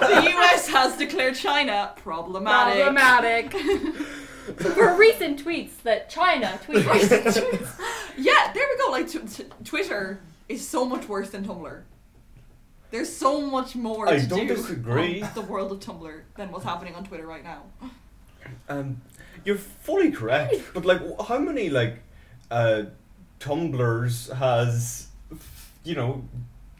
[SPEAKER 6] the US has declared China problematic.
[SPEAKER 5] Problematic. for recent tweets that China tweeted.
[SPEAKER 6] Yeah, there we go. Like t- t- Twitter is so much worse than Tumblr. There's so much more
[SPEAKER 1] I
[SPEAKER 6] to
[SPEAKER 1] don't
[SPEAKER 6] do
[SPEAKER 1] disagree.
[SPEAKER 6] on the world of Tumblr than what's happening on Twitter right now.
[SPEAKER 1] Um, you're fully correct, but like, wh- how many like uh, tumblers has you know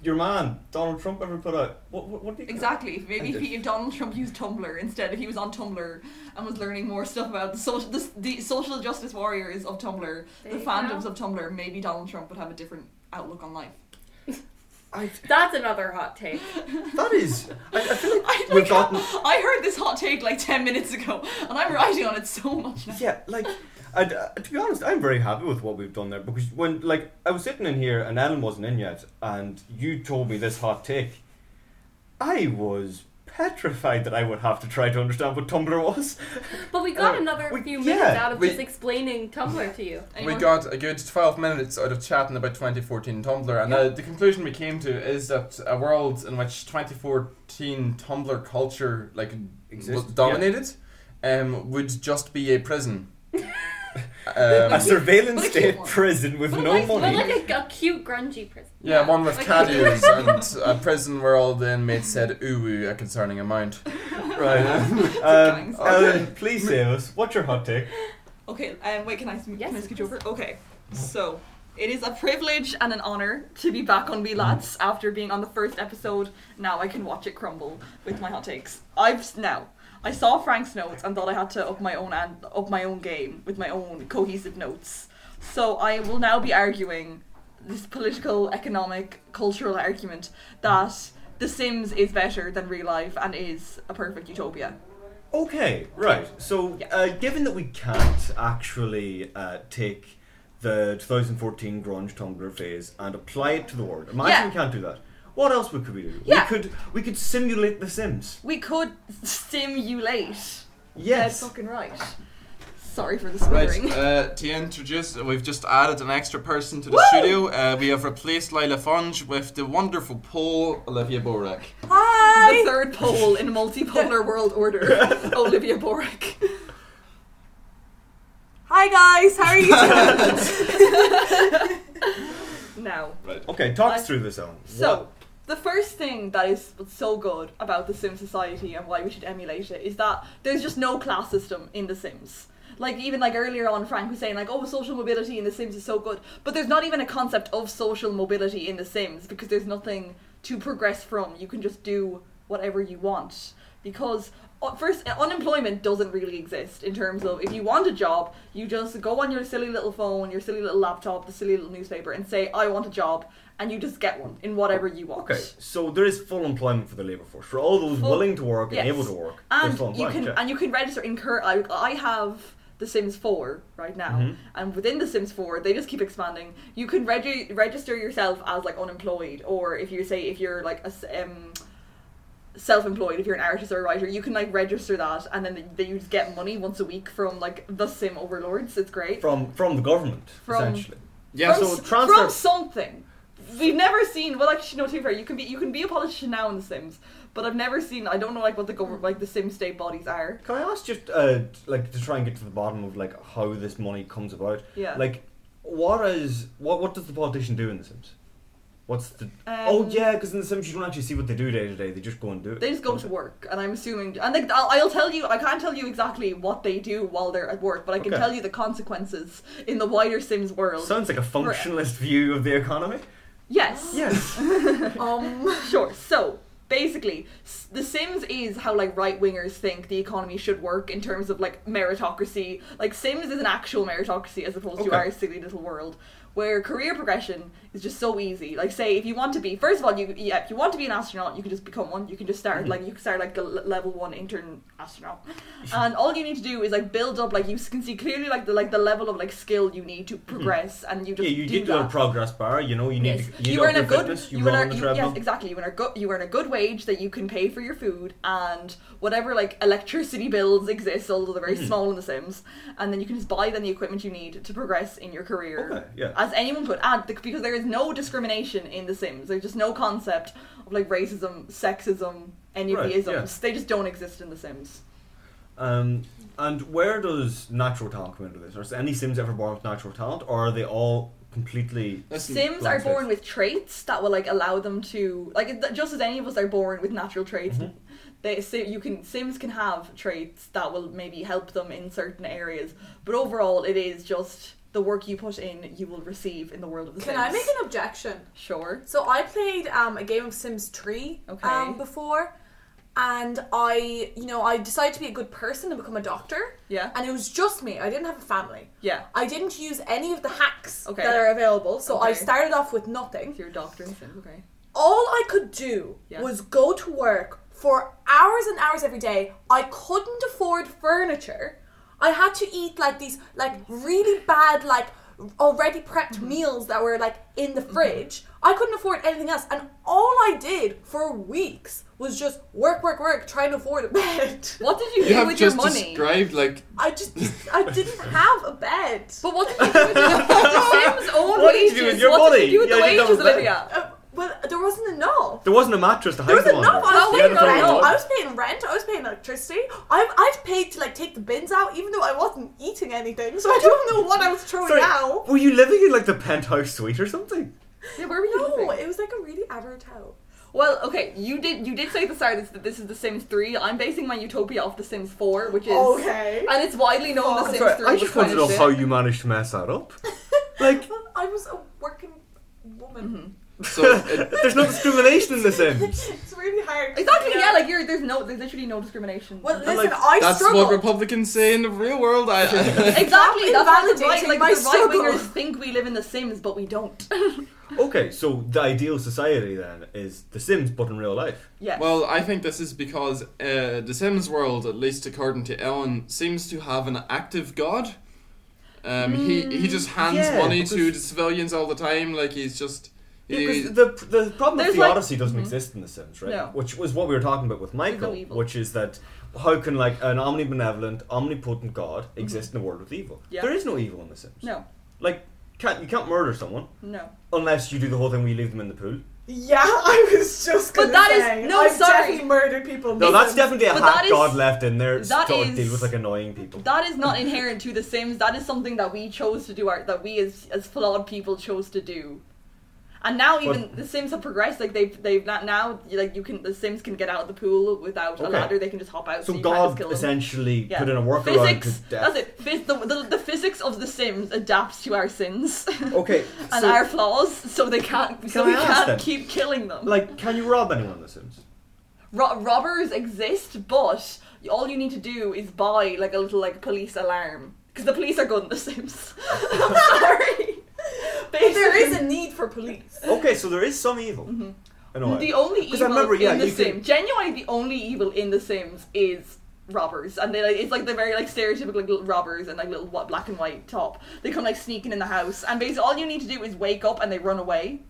[SPEAKER 1] your man Donald Trump ever put out? What what, what do you
[SPEAKER 6] Exactly. Maybe if,
[SPEAKER 1] Ended.
[SPEAKER 6] he, if Donald Trump used Tumblr instead, if he was on Tumblr and was learning more stuff about the social, the, the social justice warriors of Tumblr,
[SPEAKER 5] There
[SPEAKER 6] the
[SPEAKER 5] you
[SPEAKER 6] fandoms
[SPEAKER 5] go.
[SPEAKER 6] of Tumblr, maybe Donald Trump would have a different outlook on life.
[SPEAKER 1] I,
[SPEAKER 5] That's another hot take.
[SPEAKER 1] that is, I, I feel
[SPEAKER 6] I,
[SPEAKER 1] like we've gotten
[SPEAKER 6] I heard this hot take like 10 minutes ago, and I'm writing on it so much now.
[SPEAKER 1] yeah, like. i uh, to be honest, I'm very happy with what we've done there because when, like, I was sitting in here and Ellen wasn't in yet, and you told me this hot take, I was petrified that I would have to try to understand what Tumblr was.
[SPEAKER 5] But we got
[SPEAKER 1] Uh,
[SPEAKER 5] another
[SPEAKER 1] we-
[SPEAKER 5] few
[SPEAKER 1] yeah,
[SPEAKER 5] minutes out of
[SPEAKER 4] we-
[SPEAKER 5] just explaining Tumblr to you.
[SPEAKER 4] We
[SPEAKER 6] Anyone?
[SPEAKER 4] got a good 12 minutes out of chatting about 2014 Tumblr, and uh, the conclusion we came to is that a world in which 2014 Tumblr culture like
[SPEAKER 1] Exists,
[SPEAKER 4] was dominated um, would just be a prison.
[SPEAKER 1] a
[SPEAKER 4] um,
[SPEAKER 1] surveillance
[SPEAKER 6] What a
[SPEAKER 1] state
[SPEAKER 6] cute one.
[SPEAKER 1] prison with
[SPEAKER 5] But
[SPEAKER 1] no
[SPEAKER 5] like, but
[SPEAKER 1] money.
[SPEAKER 5] like a, a cute grungy prison.
[SPEAKER 4] yeah, one with
[SPEAKER 6] Like-
[SPEAKER 4] caddies and a prison where all the inmates said ooh ooh a concerning amount.
[SPEAKER 1] right. Um,
[SPEAKER 6] Gangs.
[SPEAKER 1] Ellen, please save us. What's your hot take?
[SPEAKER 6] Okay, um, wait, can I, sm-
[SPEAKER 5] Yes,
[SPEAKER 6] can I scoot
[SPEAKER 5] please.
[SPEAKER 6] over? Okay, so it is a privilege and an honour to be back on We Lads after being on the first episode. Now I can watch it crumble with my hot takes. I've s- now. I saw Frank's notes and thought I had to up my own and up my own game with my own cohesive notes. So I will now be arguing this political, economic, cultural argument that The Sims is better than real life and is a perfect utopia.
[SPEAKER 1] Okay, right. So, uh, given that we can't actually uh, take the 2014 grunge Tumblr phase and apply it to the world, imagine
[SPEAKER 6] Yeah.
[SPEAKER 1] we can't do that. What else could we do?
[SPEAKER 6] Yeah.
[SPEAKER 1] We could we could simulate The Sims.
[SPEAKER 6] We could simulate.
[SPEAKER 1] Yes.
[SPEAKER 6] Dead fucking right. Sorry for the
[SPEAKER 4] Right,
[SPEAKER 6] swearing.
[SPEAKER 4] uh, to introduce, we've just added an extra person to the
[SPEAKER 6] Woo!
[SPEAKER 4] studio. Uh, we have replaced Lila Funge with the wonderful Paul Olivia Borek.
[SPEAKER 6] The third pole in multipolar world order, Olivia Borek. Hi guys, how are you doing? now,
[SPEAKER 1] Okay, talk
[SPEAKER 6] I-
[SPEAKER 1] us through this, Ellen.
[SPEAKER 6] so the first thing that is what's so good about the Sim society and why we should emulate it is that there's just no class system in the Sims. Like even like earlier on, Frank was saying like, oh, social mobility in the Sims is so good, but there's not even a concept of social mobility in the Sims because there's nothing to progress from. You can just do whatever you want because uh, first uh, unemployment doesn't really exist in terms of if you want a job you just go on your silly little phone your silly little laptop the silly little newspaper and say i want a job and you just get one in whatever you want
[SPEAKER 1] Okay, so there is full employment for the labour force for all those
[SPEAKER 6] Full-
[SPEAKER 1] willing to work
[SPEAKER 6] yes.
[SPEAKER 1] and able to work. there's
[SPEAKER 6] and
[SPEAKER 1] full
[SPEAKER 6] you can
[SPEAKER 1] employment, yeah.
[SPEAKER 6] and you can register in cur- I, I have the sims 4 right now
[SPEAKER 1] Mhm.
[SPEAKER 6] and within the sims 4 they just keep expanding you can regi- register yourself as like unemployed or if you say if you're like a s- um, self-employed if you're an artist or a writer you can like register that and then they, you just get money once a week from like the sim overlords it's great
[SPEAKER 1] from from the government
[SPEAKER 6] From-
[SPEAKER 1] essentially.
[SPEAKER 4] Yeah,
[SPEAKER 6] from,
[SPEAKER 1] so
[SPEAKER 6] s-
[SPEAKER 1] transfer-
[SPEAKER 6] from something. We've never seen. Well, actually, no. To be fair, you can be you can be a politician now in The Sims, but I've never seen. I don't know like what the government like the Sim state bodies are.
[SPEAKER 1] Can I ask just uh, like to try and get to the bottom of like how this money comes about?
[SPEAKER 6] Yeah.
[SPEAKER 1] Like, what is what what does the politician do in The Sims? What's the
[SPEAKER 6] Um,
[SPEAKER 1] oh yeah? Because in The Sims you don't actually see what they do day to day; they just go and do it.
[SPEAKER 6] They just go to work, and I'm assuming. And like, I'll, I'll tell you. I can't tell you exactly what they do while they're at work, but I can
[SPEAKER 1] Okay.
[SPEAKER 6] tell you the consequences in the wider Sims world.
[SPEAKER 1] Sounds like a functionalist view of the economy.
[SPEAKER 6] yes.
[SPEAKER 1] Yes.
[SPEAKER 6] um sure so basically s- the sims is how like right wingers think the economy should work in terms of like meritocracy like sims is an actual meritocracy as opposed to
[SPEAKER 1] Okay.
[SPEAKER 6] our silly little world where career progression is just so easy like say if you want to be first of all you yeah, if you want to be an astronaut you can just become one you can just
[SPEAKER 1] Mm-hmm.
[SPEAKER 6] start like you can start like a l- level 1 intern astronaut and all you need to do is like build up like you s- can see clearly like the like the level of like skill you need to progress and you
[SPEAKER 1] Mm-hmm. yeah,
[SPEAKER 6] just
[SPEAKER 1] you
[SPEAKER 6] do
[SPEAKER 1] get to
[SPEAKER 6] that
[SPEAKER 1] a progress bar. You know, you need
[SPEAKER 6] Yes.
[SPEAKER 1] to, you,
[SPEAKER 6] you
[SPEAKER 1] know
[SPEAKER 6] earn
[SPEAKER 1] your
[SPEAKER 6] a good
[SPEAKER 1] fitness. You,
[SPEAKER 6] you
[SPEAKER 1] run
[SPEAKER 6] earn
[SPEAKER 1] on
[SPEAKER 6] a,
[SPEAKER 1] the
[SPEAKER 6] you-
[SPEAKER 1] treadmill.
[SPEAKER 6] yes exactly you earn a good you earn a good wage that you can pay for your food and whatever like electricity bills exist although they're very
[SPEAKER 1] Mm-hmm.
[SPEAKER 6] small in the Sims and then you can just buy then the equipment you need to progress in your career
[SPEAKER 1] Okay, yeah.
[SPEAKER 6] as anyone could and the, because there is no discrimination in the Sims there's just no concept of like racism sexism any of
[SPEAKER 1] Right,
[SPEAKER 6] the isms
[SPEAKER 1] yeah.
[SPEAKER 6] they just don't exist in the Sims
[SPEAKER 1] Um, and where does natural talent come into this? Are any Sims ever born with natural talent, or are they all completely?
[SPEAKER 4] Listen,
[SPEAKER 6] Sims are born with traits that will like allow them to like it- just as any of us are born with natural traits.
[SPEAKER 1] Mm-hmm.
[SPEAKER 6] They so you can Sims can have traits that will maybe help them in certain areas, but overall it is just the work you put in you will receive in the world of the
[SPEAKER 7] Can
[SPEAKER 6] Sims.
[SPEAKER 7] I make an objection?
[SPEAKER 6] sure?
[SPEAKER 7] So I played um, a game of Sims 3
[SPEAKER 6] Okay.
[SPEAKER 7] um, before, and I, you know, I decided to be a good person and become a doctor,
[SPEAKER 6] Yeah,
[SPEAKER 7] and it was just me. I didn't have a family.
[SPEAKER 6] yeah.
[SPEAKER 7] I didn't use any of the hacks
[SPEAKER 6] Okay.
[SPEAKER 7] that are available, so I
[SPEAKER 6] Okay.
[SPEAKER 7] started off with
[SPEAKER 6] If
[SPEAKER 7] nothing.
[SPEAKER 6] you're a doctor in Sims, okay.
[SPEAKER 7] All I could do
[SPEAKER 6] Yeah.
[SPEAKER 7] was go to work for hours and hours every day. I couldn't afford furniture. I had to eat like these like really bad like already prepped meals that were like in the fridge. I couldn't afford anything else, and all I did for weeks was just work, work, work, trying to afford a bed.
[SPEAKER 6] What did you,
[SPEAKER 4] You
[SPEAKER 6] do
[SPEAKER 4] have
[SPEAKER 6] with your
[SPEAKER 4] just
[SPEAKER 6] money?
[SPEAKER 4] described like
[SPEAKER 7] I just I didn't have a bed.
[SPEAKER 6] but what did you do with your Sims own
[SPEAKER 1] What did you
[SPEAKER 6] wages?
[SPEAKER 1] do with your
[SPEAKER 6] what did
[SPEAKER 1] money?
[SPEAKER 6] you do with
[SPEAKER 1] Yeah,
[SPEAKER 6] the
[SPEAKER 1] you
[SPEAKER 6] wages,
[SPEAKER 1] don't bet.
[SPEAKER 6] Olivia?
[SPEAKER 7] Uh, well, there wasn't enough.
[SPEAKER 1] There wasn't a mattress to hide
[SPEAKER 7] There was
[SPEAKER 1] them
[SPEAKER 7] enough.
[SPEAKER 1] under.
[SPEAKER 7] I
[SPEAKER 6] Well,
[SPEAKER 7] was paying
[SPEAKER 1] wait,
[SPEAKER 7] rent.
[SPEAKER 1] no.
[SPEAKER 7] I was paying rent. I was paying electricity. I've I've paid to like take the bins out, even though I wasn't eating anything. So I don't know what I was throwing
[SPEAKER 1] Sorry,
[SPEAKER 7] out.
[SPEAKER 1] Were you living in like the penthouse suite or something?
[SPEAKER 6] Yeah, where were you?
[SPEAKER 7] No,
[SPEAKER 6] living?
[SPEAKER 7] it was like a really average house.
[SPEAKER 6] Well, okay, you did you did say at the start this, that this is The Sims 3. I'm basing my utopia off The Sims 4, which is
[SPEAKER 7] Okay.
[SPEAKER 6] and it's widely known
[SPEAKER 7] Oh,
[SPEAKER 6] The Sims
[SPEAKER 1] Sorry,
[SPEAKER 6] 3
[SPEAKER 1] I
[SPEAKER 6] was
[SPEAKER 1] just
[SPEAKER 6] kind
[SPEAKER 1] wanted
[SPEAKER 6] of
[SPEAKER 1] to know
[SPEAKER 6] shit.
[SPEAKER 1] how you managed to mess that up. Like,
[SPEAKER 7] I was a working woman.
[SPEAKER 6] Mm-hmm.
[SPEAKER 4] so. It,
[SPEAKER 1] there's no discrimination in The Sims.
[SPEAKER 7] it's really hard.
[SPEAKER 6] Exactly,
[SPEAKER 7] you know?
[SPEAKER 6] yeah, like you're there's no there's literally no discrimination.
[SPEAKER 7] well, listen,
[SPEAKER 1] like,
[SPEAKER 7] I
[SPEAKER 4] that's what
[SPEAKER 7] struggled.
[SPEAKER 4] Republicans say in the real world. I, I
[SPEAKER 6] exactly, that's
[SPEAKER 7] Stop
[SPEAKER 6] why the right,
[SPEAKER 7] invalidating
[SPEAKER 6] like
[SPEAKER 7] my
[SPEAKER 6] the right
[SPEAKER 7] struggle.
[SPEAKER 6] wingers think we live in The Sims, but we don't.
[SPEAKER 1] Okay, so the ideal society then is The Sims, but in real life.
[SPEAKER 6] yeah.
[SPEAKER 4] well, I think this is because uh, the Sims world, at least according to Ellen, seems to have an active god. Um, he he just hands
[SPEAKER 1] yeah,
[SPEAKER 4] money to
[SPEAKER 1] because-
[SPEAKER 4] the civilians all the time, like he's just.
[SPEAKER 1] Yeah,
[SPEAKER 4] he-
[SPEAKER 1] 'cause the the problem
[SPEAKER 6] There's
[SPEAKER 1] with
[SPEAKER 6] like- Mm-hmm.
[SPEAKER 1] theodicy doesn't exist in The Sims, right?
[SPEAKER 6] No.
[SPEAKER 1] Which was what we were talking about with Michael,
[SPEAKER 6] evil.
[SPEAKER 1] which is that how can like an omnibenevolent, omnipotent God exist in a world with evil?
[SPEAKER 6] Mm-hmm. Yeah.
[SPEAKER 1] There is no evil in The Sims.
[SPEAKER 6] no.
[SPEAKER 1] Like, can't you can't murder someone
[SPEAKER 6] No.
[SPEAKER 1] unless you do the whole thing where you leave them in the pool.
[SPEAKER 2] Yeah, I was just
[SPEAKER 6] But
[SPEAKER 2] gonna
[SPEAKER 6] that is-
[SPEAKER 2] say,
[SPEAKER 6] no,
[SPEAKER 2] I've
[SPEAKER 6] sorry.
[SPEAKER 2] definitely murdered people. in
[SPEAKER 1] No,
[SPEAKER 2] The
[SPEAKER 1] that's
[SPEAKER 2] Sims.
[SPEAKER 1] definitely a
[SPEAKER 6] but
[SPEAKER 1] hack
[SPEAKER 6] that is-
[SPEAKER 1] God left in there
[SPEAKER 6] that
[SPEAKER 1] to
[SPEAKER 6] is-
[SPEAKER 1] deal with like annoying people.
[SPEAKER 6] That is not inherent to The Sims. That is something that we chose to do. Our, that we as as flawed people chose to do. And now even
[SPEAKER 1] But-
[SPEAKER 6] The Sims have progressed. Like they've they've not now like you can The Sims can get out of the pool without a
[SPEAKER 1] Okay.
[SPEAKER 6] ladder. They can just hop out. So,
[SPEAKER 1] So
[SPEAKER 6] you can't just
[SPEAKER 1] God
[SPEAKER 6] kill them.
[SPEAKER 1] essentially
[SPEAKER 6] Yeah.
[SPEAKER 1] put in a workaround
[SPEAKER 6] Physics.
[SPEAKER 1] to death.
[SPEAKER 6] That's it. Phys- the, the, the physics of The Sims adapts to our sins
[SPEAKER 1] Okay,
[SPEAKER 6] and
[SPEAKER 1] so,
[SPEAKER 6] our flaws, so they can't. so
[SPEAKER 1] Can
[SPEAKER 6] we
[SPEAKER 1] I ask
[SPEAKER 6] can't
[SPEAKER 1] then?
[SPEAKER 6] keep killing them.
[SPEAKER 1] like, can you rob anyone in The Sims?
[SPEAKER 6] Ro- robbers exist, but all you need to do is buy like a little like police alarm because the police are good in The Sims. I'm sorry.
[SPEAKER 2] But there is a need for police.
[SPEAKER 1] Okay, so there is some evil. In a way.
[SPEAKER 6] Mm-hmm. the only
[SPEAKER 1] 'Cause I
[SPEAKER 6] evil
[SPEAKER 1] remember, yeah,
[SPEAKER 6] in The
[SPEAKER 1] you could-
[SPEAKER 6] Sims. Genuinely, the only evil in The Sims is robbers, and they like it's like the very like stereotypical like, little robbers and like little what, black and white top. They come like sneaking in the house, and basically all you need to do is wake up and they run away.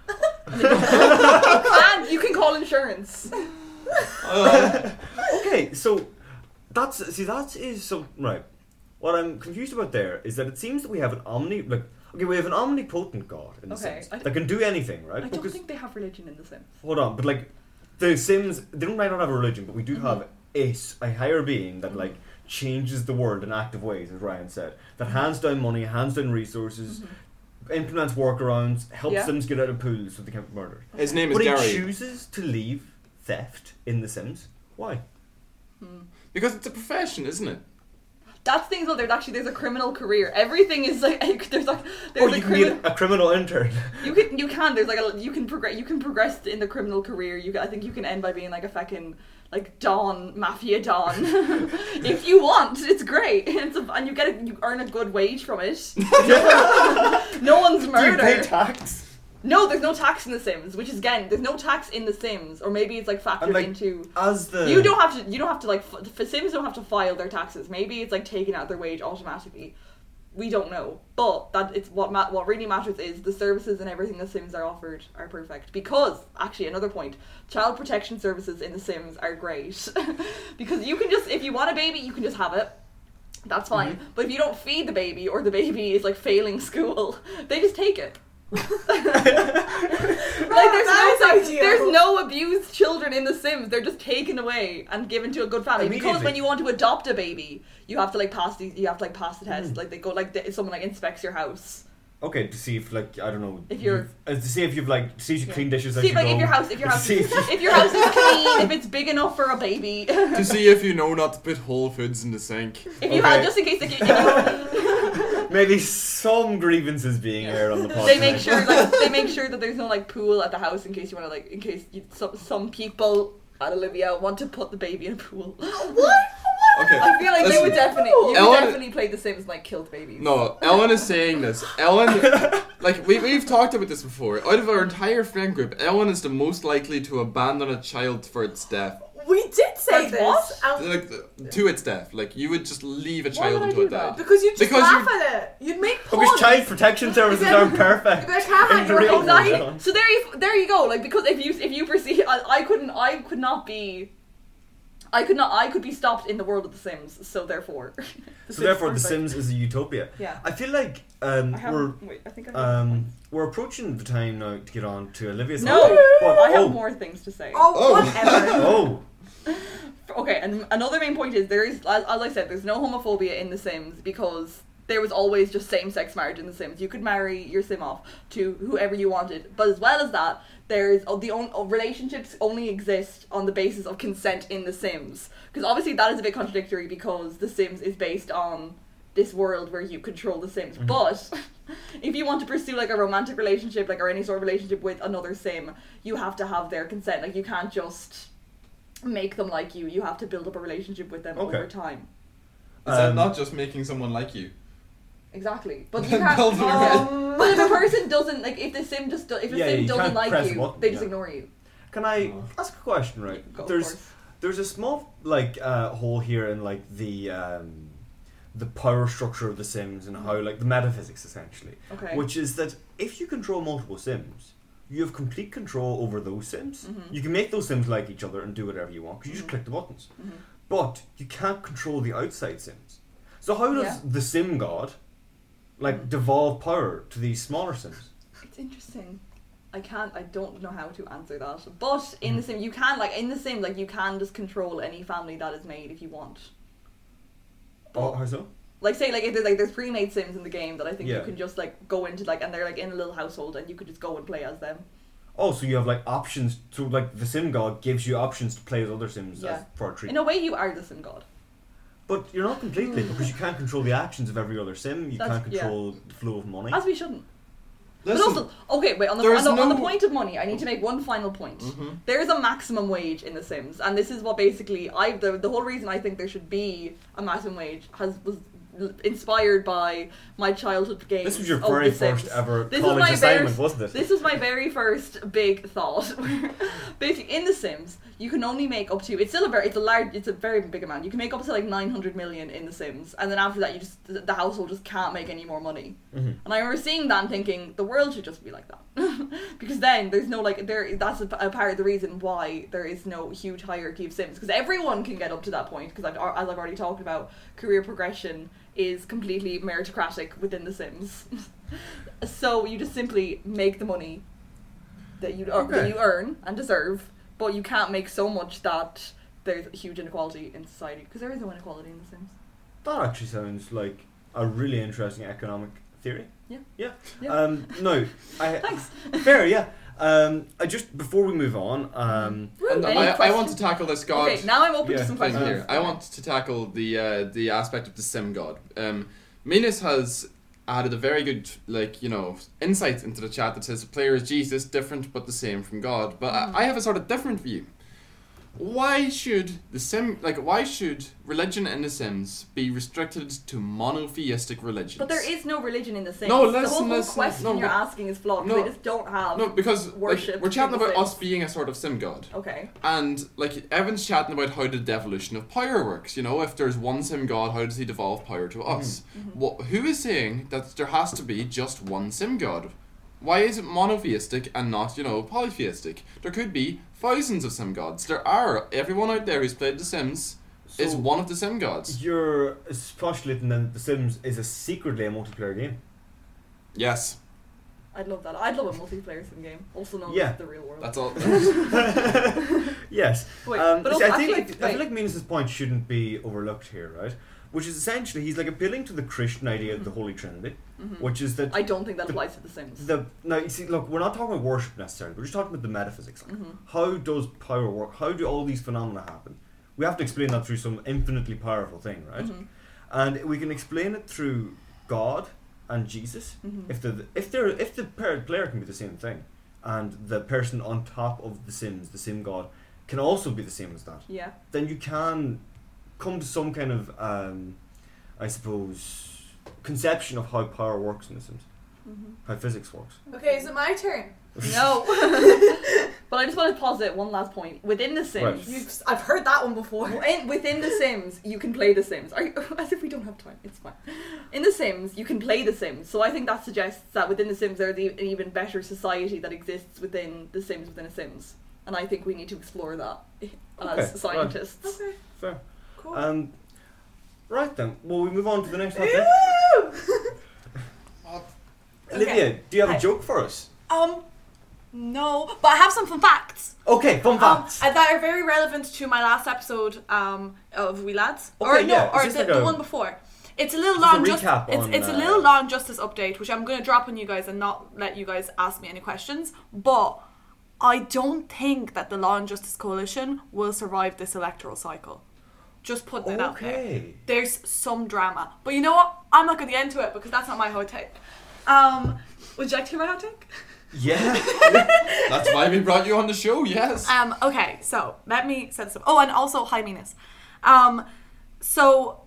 [SPEAKER 6] and, they don't- and you can call insurance.
[SPEAKER 1] Okay, so that's see that is some right. What I'm confused about there is that it seems that we have an omni like okay we have an omnipotent god in the
[SPEAKER 6] Okay,
[SPEAKER 1] Sims
[SPEAKER 6] I-
[SPEAKER 1] that can do anything
[SPEAKER 6] I
[SPEAKER 1] right.
[SPEAKER 6] don't
[SPEAKER 1] because
[SPEAKER 6] think they have religion in The Sims.
[SPEAKER 1] hold on, but like the Sims they don't might not have a religion, but we
[SPEAKER 6] Mm-hmm.
[SPEAKER 1] do have a s- a higher being that like changes the world in active ways, as Ryan said, that hands down money, hands down resources. Implements workarounds, helps
[SPEAKER 6] Mm-hmm. Yeah.
[SPEAKER 1] Sims get out of pools so they can't be murdered.
[SPEAKER 4] his name is
[SPEAKER 1] But he
[SPEAKER 4] Gary.
[SPEAKER 1] chooses to leave theft in The Sims. Why?
[SPEAKER 4] Because it's a profession, isn't it?
[SPEAKER 6] That's things though. There's actually there's a criminal career. Everything is like there's like
[SPEAKER 1] Or
[SPEAKER 6] there's a
[SPEAKER 1] Oh, you can be
[SPEAKER 6] criminal.
[SPEAKER 1] a, a criminal intern.
[SPEAKER 6] You can you can there's like a you can progress you can progress in the criminal career. You can, I think you can end by being like a fucking like don mafia don if you want. It's great. It's a, and you get a, you earn a good wage from it. no one's murder.
[SPEAKER 1] tax?
[SPEAKER 6] no, there's no tax in The Sims, which is again there's no tax in The Sims, or maybe it's like factored
[SPEAKER 1] And like
[SPEAKER 6] into.
[SPEAKER 1] as the
[SPEAKER 6] You don't have to. You don't have to like. F- the Sims don't have to file their taxes. Maybe it's like taken out their wage automatically. We don't know, but that it's what ma- what really matters is the services and everything the Sims are offered are perfect. Because actually, another point: child protection services in the Sims are great because you can just if you want a baby, you can just have it. That's fine. But if you don't feed the baby or the baby is like failing school, they just take it. Like there's
[SPEAKER 2] That's
[SPEAKER 6] no
[SPEAKER 2] ideal.
[SPEAKER 6] there's no abused children in The Sims. They're just taken away and given to a good family. Because
[SPEAKER 1] Immediately.
[SPEAKER 6] when you want to adopt a baby, you have to like pass these. You have to like pass the
[SPEAKER 1] Hmm.
[SPEAKER 6] test. Like they go like th- someone like inspects your house.
[SPEAKER 1] Okay, to see if like I don't know
[SPEAKER 6] If you're-
[SPEAKER 1] you've- uh, to see if you've like to see if you
[SPEAKER 6] Yeah.
[SPEAKER 1] clean dishes. as
[SPEAKER 6] See
[SPEAKER 1] you
[SPEAKER 6] if, like
[SPEAKER 1] go.
[SPEAKER 6] if your house if your
[SPEAKER 1] To
[SPEAKER 6] house
[SPEAKER 1] see if you-
[SPEAKER 6] if your house is clean if it's big enough for a baby. if
[SPEAKER 4] to see if you know not to put whole foods in the sink.
[SPEAKER 6] you had
[SPEAKER 1] Okay.
[SPEAKER 6] just in case like, if you,
[SPEAKER 1] maybe some grievances being aired on the podcast.
[SPEAKER 6] they make sure like they make sure that there's no like pool at the house in case you want to like in case you, some some people at Olivia want to put the baby in a pool.
[SPEAKER 4] Okay.
[SPEAKER 6] I feel like they
[SPEAKER 4] Listen.
[SPEAKER 6] would definitely you would
[SPEAKER 4] Ellen-
[SPEAKER 6] definitely play The Sims and like killed babies.
[SPEAKER 4] No, Ellen is saying this. Ellen, like we we've talked about this before. Out of our entire friend group, Ellen is the most likely to abandon a child for its death.
[SPEAKER 2] We did say
[SPEAKER 6] That's
[SPEAKER 2] this.
[SPEAKER 6] what?
[SPEAKER 2] and-
[SPEAKER 4] Like to its death, like you would just leave a child
[SPEAKER 6] would I
[SPEAKER 4] until it
[SPEAKER 6] do that?
[SPEAKER 4] died.
[SPEAKER 2] because you'd just
[SPEAKER 4] Because
[SPEAKER 2] laugh at it. You'd make puns.
[SPEAKER 1] because child protection services aren't perfect.
[SPEAKER 2] But Caroline,
[SPEAKER 1] in
[SPEAKER 2] you're
[SPEAKER 1] real world.
[SPEAKER 6] Exactly. So there you there you go. Like because if you if you perceive, I, I couldn't I could not be. I could not. I could be stopped in the world of The Sims. So therefore,
[SPEAKER 1] So therefore, The Sims is a utopia.
[SPEAKER 6] Yeah.
[SPEAKER 1] I feel like um,
[SPEAKER 6] I
[SPEAKER 1] we're
[SPEAKER 6] have. Wait, I think I have.
[SPEAKER 1] um, we're approaching the time now to get on to Olivia's.
[SPEAKER 6] no,
[SPEAKER 1] topic, but-
[SPEAKER 6] I have
[SPEAKER 1] oh,
[SPEAKER 6] more things to say.
[SPEAKER 2] Oh,
[SPEAKER 4] Oh.
[SPEAKER 2] whatever.
[SPEAKER 1] Oh,
[SPEAKER 6] Okay, and another main point is there is, as, as I said, there's no homophobia in The Sims because there was always just same-sex marriage in The Sims. You could marry your sim off to whoever you wanted, but as well as that, there's oh, the on, oh, relationships only exist on the basis of consent in The Sims because obviously that is a bit contradictory because The Sims is based on this world where you control the sims but if you want to pursue like a romantic relationship like or any sort of relationship with another sim you have to have their consent like you can't just make them like you you have to build up a relationship with them
[SPEAKER 1] Okay.
[SPEAKER 6] over time
[SPEAKER 4] is that
[SPEAKER 1] um,
[SPEAKER 4] not just making someone like you?
[SPEAKER 6] exactly but you
[SPEAKER 4] Build
[SPEAKER 6] can't
[SPEAKER 4] a rela-
[SPEAKER 6] um, but if a person doesn't like if the sim just do, if the
[SPEAKER 1] Yeah,
[SPEAKER 6] sim
[SPEAKER 1] you
[SPEAKER 6] doesn't
[SPEAKER 1] can't
[SPEAKER 6] like
[SPEAKER 1] press
[SPEAKER 6] you
[SPEAKER 1] button,
[SPEAKER 6] they just
[SPEAKER 1] yeah.
[SPEAKER 6] ignore you
[SPEAKER 1] can I ask a question? Right,
[SPEAKER 6] Uh-huh. Go, of
[SPEAKER 1] there's
[SPEAKER 6] course.
[SPEAKER 1] there's a small like uh, hole here in like the um, the power structure of The Sims and how like the metaphysics essentially.
[SPEAKER 6] okay
[SPEAKER 1] which is that if you control multiple sims, you have complete control over those sims.
[SPEAKER 6] Mhm.
[SPEAKER 1] You can make those sims like each other and do whatever you want because you just click the buttons.
[SPEAKER 6] Mhm.
[SPEAKER 1] But you can't control the outside sims. So how does
[SPEAKER 6] Yeah. Mm.
[SPEAKER 1] the sim god like devolve power to these smaller sims?
[SPEAKER 6] It's interesting. I can't. I don't know how to answer that. But in the
[SPEAKER 1] Hmm.
[SPEAKER 6] sim, you can like in the sim, like you can just control any family that is made if you want.
[SPEAKER 1] Oh,
[SPEAKER 6] But
[SPEAKER 1] how so?
[SPEAKER 6] like say like if there's like there's pre-made sims in the game that I think
[SPEAKER 1] Yeah.
[SPEAKER 6] you can just like go into like and they're like in a little household and you could just go and play as them.
[SPEAKER 1] Oh, so you have like options to like the sim god gives you options to play with other sims as
[SPEAKER 6] Yeah.
[SPEAKER 1] for a treat.
[SPEAKER 6] In a way, you are the sim god.
[SPEAKER 1] But you're not completely because you can't control the actions of every other sim. You
[SPEAKER 6] That's-
[SPEAKER 1] can't control the flow of money.
[SPEAKER 6] As we shouldn't.
[SPEAKER 4] Listen,
[SPEAKER 6] but also, okay, wait. On the,
[SPEAKER 4] there
[SPEAKER 6] on
[SPEAKER 4] is
[SPEAKER 6] the, on the
[SPEAKER 4] no-
[SPEAKER 6] point of money, I need to make one final point.
[SPEAKER 1] Mm-hmm.
[SPEAKER 6] There is a maximum wage in The Sims, and this is what basically I the, the whole reason I think there should be a maximum wage has was l- inspired by my childhood game.
[SPEAKER 1] this was your very first ever
[SPEAKER 6] Oh, This is
[SPEAKER 1] college
[SPEAKER 6] my
[SPEAKER 1] assignment,
[SPEAKER 6] very-
[SPEAKER 1] wasn't it?
[SPEAKER 6] This was my very first big thought. Basically, in The Sims, you can only make up to it's still a very it's a large it's a very big amount. You can make up to like nine hundred million in The Sims, and then after that, you just the the household just can't make any more money.
[SPEAKER 1] Mhm.
[SPEAKER 6] And I remember seeing that and thinking the world should just be like that, because then there's no like there that's a, a part of the reason why there is no huge hierarchy of Sims because everyone can get up to that point. Because I've al- as I've already talked about, career progression is completely meritocratic within The Sims. So you just simply make the money that you that
[SPEAKER 1] Okay.
[SPEAKER 6] you earn and deserve, but you can't make so much that there's huge inequality in society because there is no inequality in The Sims.
[SPEAKER 1] That actually sounds like a really interesting economic theory.
[SPEAKER 6] Yeah.
[SPEAKER 1] Yeah.
[SPEAKER 6] Yeah.
[SPEAKER 1] Um, no, I,
[SPEAKER 6] Thanks.
[SPEAKER 1] fair. Yeah. Um, I just before we move on, um,
[SPEAKER 4] and
[SPEAKER 6] Any
[SPEAKER 4] I, I want to
[SPEAKER 6] questions?
[SPEAKER 4] tackle this god.
[SPEAKER 6] Okay, now I'm open
[SPEAKER 1] Yeah,
[SPEAKER 6] to some
[SPEAKER 1] thank
[SPEAKER 4] thing
[SPEAKER 6] questions.
[SPEAKER 4] here. I want to tackle the uh, the aspect of the sim god. Um, Minas has added a very good like you know insight into the chat that says the player is Jesus, different but the same from God. But
[SPEAKER 6] Hmm.
[SPEAKER 4] I, I have a sort of different view. Why should the sim like why should religion in the Sims be restricted to monotheistic religions?
[SPEAKER 6] But there is no religion in the Sims.
[SPEAKER 4] No,
[SPEAKER 6] the whole,
[SPEAKER 4] listen,
[SPEAKER 6] whole
[SPEAKER 4] listen,
[SPEAKER 6] question
[SPEAKER 4] no,
[SPEAKER 6] you're
[SPEAKER 4] but-
[SPEAKER 6] asking is flawed because
[SPEAKER 4] no.
[SPEAKER 6] they just don't have.
[SPEAKER 4] no because like,
[SPEAKER 6] worship
[SPEAKER 4] we're chatting
[SPEAKER 6] in The
[SPEAKER 4] about us
[SPEAKER 6] Sims.
[SPEAKER 4] being a sort of sim god.
[SPEAKER 6] Okay.
[SPEAKER 4] And like Evan's chatting about how the devolution of power works. You know, if there's one sim god, how does he devolve power to us? What? Who is saying that there has to be just one sim god? Why is it monotheistic and not, you know, polytheistic? There could be thousands of sim gods. There are. Everyone out there who's played The Sims is
[SPEAKER 1] So-
[SPEAKER 4] one of the sim gods.
[SPEAKER 1] you're postulating that The Sims is a secretly a multiplayer game.
[SPEAKER 4] Yes.
[SPEAKER 6] I'd love that. I'd love a multiplayer sim game, also known
[SPEAKER 1] Yeah.
[SPEAKER 6] as the real world.
[SPEAKER 4] That's all.
[SPEAKER 1] yes.
[SPEAKER 6] Wait,
[SPEAKER 1] um,
[SPEAKER 6] but
[SPEAKER 1] see,
[SPEAKER 6] also,
[SPEAKER 1] I think
[SPEAKER 6] actually-
[SPEAKER 1] like, I feel
[SPEAKER 6] wait.
[SPEAKER 1] like Minos' point shouldn't be overlooked here, right? Which is essentially he's like appealing to the Christian idea of the Holy Trinity, which is that
[SPEAKER 6] Mm-hmm. I don't think that
[SPEAKER 1] The-
[SPEAKER 6] applies to The Sims.
[SPEAKER 1] the now you see look we're not talking about worship necessarily we're just talking about the metaphysics like,
[SPEAKER 6] Mm-hmm.
[SPEAKER 1] how does power work how do all these phenomena happen we have to explain that through some infinitely powerful thing
[SPEAKER 6] Mm-hmm.
[SPEAKER 1] right and we can explain it through god and jesus
[SPEAKER 6] Mm-hmm.
[SPEAKER 1] if the if they're if the pair, player can be the same thing and the person on top of the sims the sim god can also be the same as that
[SPEAKER 6] yeah.
[SPEAKER 1] then you can come to some kind of um, i suppose conception of how power works in the sims
[SPEAKER 7] Mm-hmm.
[SPEAKER 1] how physics works
[SPEAKER 7] Okay, is it my turn?
[SPEAKER 6] No. but I just want to posit one last point. Within The Sims,
[SPEAKER 1] Right.
[SPEAKER 7] You've, I've heard that one before.
[SPEAKER 6] Within, within The Sims, you can play The Sims. Are you, as if we don't have time, it's fine. In The Sims, you can play The Sims, so I think that suggests that within The Sims, there's e- an even better society that exists within The Sims within a Sims, and I think we need to explore that
[SPEAKER 1] Okay, right.
[SPEAKER 6] as scientists.
[SPEAKER 7] Okay,
[SPEAKER 1] Fair.
[SPEAKER 7] cool.
[SPEAKER 1] Um, right then. Well, we move on to the next topic. Olivia, do you have
[SPEAKER 7] Hi.
[SPEAKER 1] a joke for us?
[SPEAKER 7] um, no, but I have some fun facts.
[SPEAKER 1] Okay, fun
[SPEAKER 7] Um,
[SPEAKER 1] facts.
[SPEAKER 7] that are very relevant to my last episode um, of We Lads. or
[SPEAKER 1] Okay,
[SPEAKER 7] no,
[SPEAKER 1] yeah, is
[SPEAKER 7] or
[SPEAKER 1] this
[SPEAKER 7] the,
[SPEAKER 1] like
[SPEAKER 7] the
[SPEAKER 1] a-
[SPEAKER 7] one before. It's a little
[SPEAKER 1] Just a
[SPEAKER 7] long. Just,
[SPEAKER 1] recap
[SPEAKER 7] it's,
[SPEAKER 1] on,
[SPEAKER 7] it's a
[SPEAKER 1] uh,
[SPEAKER 7] little long justice update, which I'm going to drop on you guys and not let you guys ask me any questions. But I don't think that the Law and Justice Coalition will survive this electoral cycle. Just putting it out there
[SPEAKER 1] okay.
[SPEAKER 7] there's some drama. But you know what? I'm not going to get into it because that's not my hot take. Um, would you like to hear my hot take?
[SPEAKER 1] Yeah.
[SPEAKER 4] That's why we brought you on the show. Yes.
[SPEAKER 7] Um, okay, so let me set this up. Oh, and also hi Minas. Um, so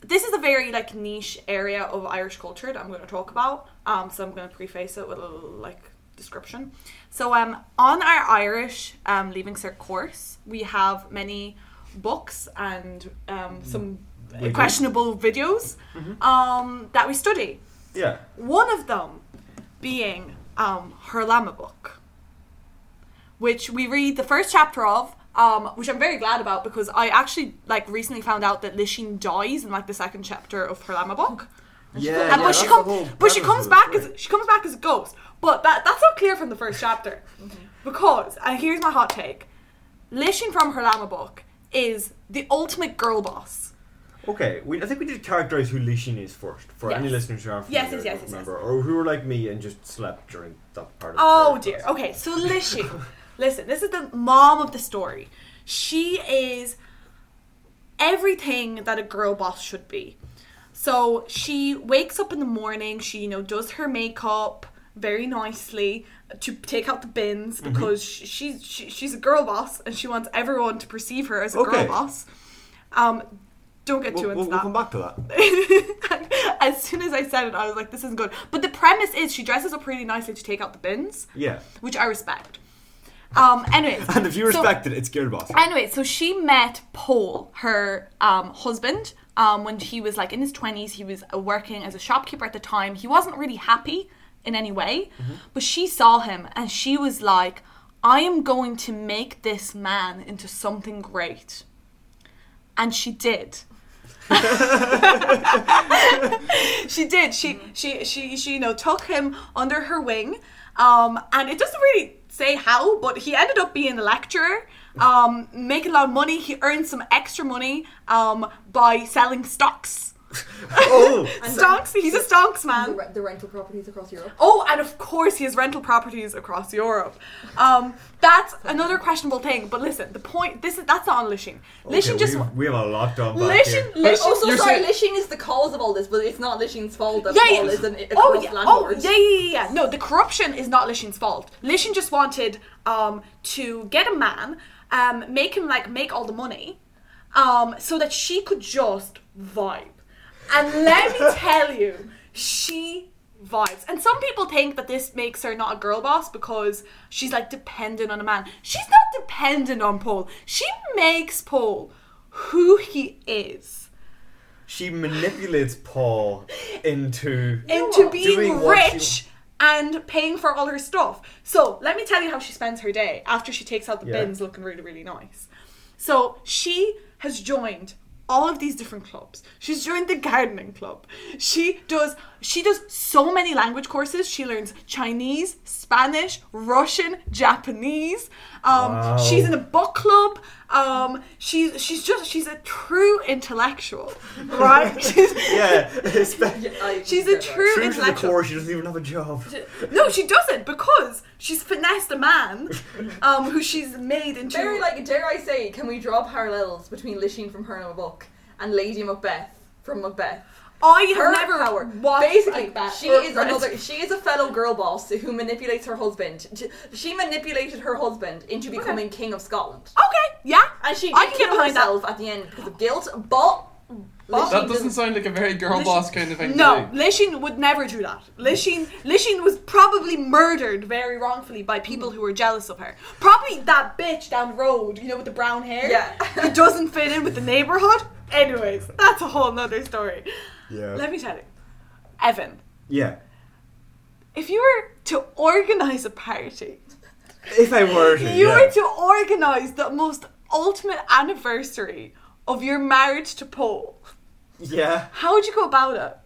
[SPEAKER 7] this is a very like niche area of Irish culture that I'm going to talk about. Um, so I'm going to preface it with a little, like description. So um, on our Irish um, Leaving Cert course, we have many books and um, some
[SPEAKER 1] Videos.
[SPEAKER 7] questionable videos um, that we study.
[SPEAKER 1] yeah.
[SPEAKER 7] One of them being um, her Lama book, which we read the first chapter of, um, which I'm very glad about because I actually like recently found out that Lishin dies in like the second chapter of her Lama book.
[SPEAKER 1] Yeah,
[SPEAKER 7] And-
[SPEAKER 1] yeah,
[SPEAKER 7] but she
[SPEAKER 1] that's the whole
[SPEAKER 7] comes, but she
[SPEAKER 1] premise
[SPEAKER 7] comes
[SPEAKER 1] of it,
[SPEAKER 7] back
[SPEAKER 1] right.
[SPEAKER 7] as she comes back as a ghost. But that that's not clear from the first chapter, because and here's my hot take: Lishin from her Lama book is the ultimate girl boss.
[SPEAKER 1] Okay. We, I think we did characterize who Lishin is first for any
[SPEAKER 7] Yes.
[SPEAKER 1] listeners who aren't
[SPEAKER 7] Yes,
[SPEAKER 1] familiar,
[SPEAKER 7] yes,
[SPEAKER 1] don't
[SPEAKER 7] yes, yes, yes.
[SPEAKER 1] remember, or who were like me and just slept during that part. of the
[SPEAKER 7] Oh
[SPEAKER 1] class.
[SPEAKER 7] dear. Okay, so Lishy. Listen, this is the mom of the story. She is everything that a girl boss should be. So she wakes up in the morning, she, you know, does her makeup very nicely to take out the bins
[SPEAKER 1] Mm-hmm.
[SPEAKER 7] because she she's she, she's a girl boss and she wants everyone to perceive her as a
[SPEAKER 1] Okay.
[SPEAKER 7] girl boss. Um don't get
[SPEAKER 1] We'll,
[SPEAKER 7] too
[SPEAKER 1] we'll,
[SPEAKER 7] into
[SPEAKER 1] we'll
[SPEAKER 7] that
[SPEAKER 1] come back to that.
[SPEAKER 7] as soon as I said it, I was like, this isn't good. But the premise is she dresses up really nicely to take out the bins,
[SPEAKER 1] Yeah.
[SPEAKER 7] which I respect. Um, anyways.
[SPEAKER 1] And if you
[SPEAKER 7] so-
[SPEAKER 1] respect it, it's Gear Boss.
[SPEAKER 7] Anyway, so she met Paul, her um, husband, um, when he was like in his 20s. He was uh, working as a shopkeeper at the time. He wasn't really happy in any way,
[SPEAKER 1] Mm-hmm.
[SPEAKER 7] but she saw him and she was like, I am going to make this man into something great. And she did. she did. She she she she you know took him under her wing, um, and it doesn't really say how, but he ended up being a lecturer, um, making a lot of money. He earned some extra money um, by selling stocks.
[SPEAKER 1] oh.
[SPEAKER 7] Stocks. He's a stocks
[SPEAKER 6] The,
[SPEAKER 7] man.
[SPEAKER 6] re- the rental properties across Europe.
[SPEAKER 7] Oh, and of course he has rental properties across Europe. Um, that's another questionable thing. But listen, the point. This is that's not on Lishin. Lishin
[SPEAKER 1] okay,
[SPEAKER 7] just.
[SPEAKER 1] we, we have a lot done back
[SPEAKER 7] Lishin,
[SPEAKER 1] here.
[SPEAKER 6] But
[SPEAKER 7] Lishin,
[SPEAKER 6] also,
[SPEAKER 4] you're
[SPEAKER 6] Oh, sorry,
[SPEAKER 4] saying-
[SPEAKER 6] Lishing is the cause of all this, but it's not Lishing's fault that
[SPEAKER 7] Yeah,
[SPEAKER 6] Paul
[SPEAKER 7] yeah.
[SPEAKER 6] is an a
[SPEAKER 7] oh,
[SPEAKER 6] corrupt
[SPEAKER 7] yeah. oh,
[SPEAKER 6] landlord.
[SPEAKER 7] yeah, yeah, yeah, yeah. No, the corruption is not Lishin's fault. Lishin just wanted um, to get a man, um, make him like make all the money, um, so that she could just vibe. And let me tell you, she vibes. And some people think that this makes her not a girl boss because she's like dependent on a man. She's not dependent on Paul. She makes Paul who he is
[SPEAKER 1] She manipulates Paul into
[SPEAKER 7] into being
[SPEAKER 1] Doing what she-
[SPEAKER 7] rich and paying for all her stuff. So let me tell you how she spends her day after she takes out the
[SPEAKER 1] Yeah.
[SPEAKER 7] bins looking really, really nice. So she has joined all of these different clubs. She's joined the gardening club. She does she does so many language courses. She learns Chinese, Spanish, Russian, Japanese. Um,
[SPEAKER 1] Wow.
[SPEAKER 7] She's in a book club. Um, she's she's just she's a true intellectual, right? she's,
[SPEAKER 1] Yeah, espe-
[SPEAKER 7] she's a
[SPEAKER 1] true
[SPEAKER 7] true
[SPEAKER 1] to the
[SPEAKER 7] intellectual.
[SPEAKER 1] core, she doesn't even have a job.
[SPEAKER 7] No, she doesn't because she's finessed a man um, who she's made into.
[SPEAKER 6] Very like, dare I say, can we draw parallels between Lishine from Her and Book and Lady Macbeth from Macbeth?
[SPEAKER 7] I have
[SPEAKER 6] Her
[SPEAKER 7] never
[SPEAKER 6] power.
[SPEAKER 7] watched
[SPEAKER 6] Basically,
[SPEAKER 7] like that
[SPEAKER 6] she
[SPEAKER 7] or
[SPEAKER 6] is
[SPEAKER 7] read.
[SPEAKER 6] another. She is a fellow girl boss who manipulates her husband. She- She manipulated her husband into becoming king of Scotland,
[SPEAKER 7] Okay, yeah.
[SPEAKER 6] and she
[SPEAKER 7] I
[SPEAKER 6] did
[SPEAKER 7] can get
[SPEAKER 6] kill
[SPEAKER 7] behind that.
[SPEAKER 6] herself at the end because of guilt. But, but
[SPEAKER 4] That doesn't sound like a very girl boss kind of thing.
[SPEAKER 7] No,
[SPEAKER 4] to do.
[SPEAKER 7] Lishin would never do that. Lishin, Lishin was probably murdered very wrongfully by
[SPEAKER 6] Mm.
[SPEAKER 7] people who were jealous of her. Probably that bitch down the road, you know, with the brown hair.
[SPEAKER 6] Yeah.
[SPEAKER 7] who doesn't fit in with the neighborhood. Anyways, that's a whole nother story.
[SPEAKER 1] Yeah.
[SPEAKER 7] Let me tell you, Evan,
[SPEAKER 1] yeah.
[SPEAKER 7] if you were to organize a party,
[SPEAKER 1] If I were to.
[SPEAKER 7] you
[SPEAKER 1] yeah.
[SPEAKER 7] were to organize the most ultimate anniversary of your marriage to Paul,
[SPEAKER 1] Yeah.
[SPEAKER 7] how would you go about it?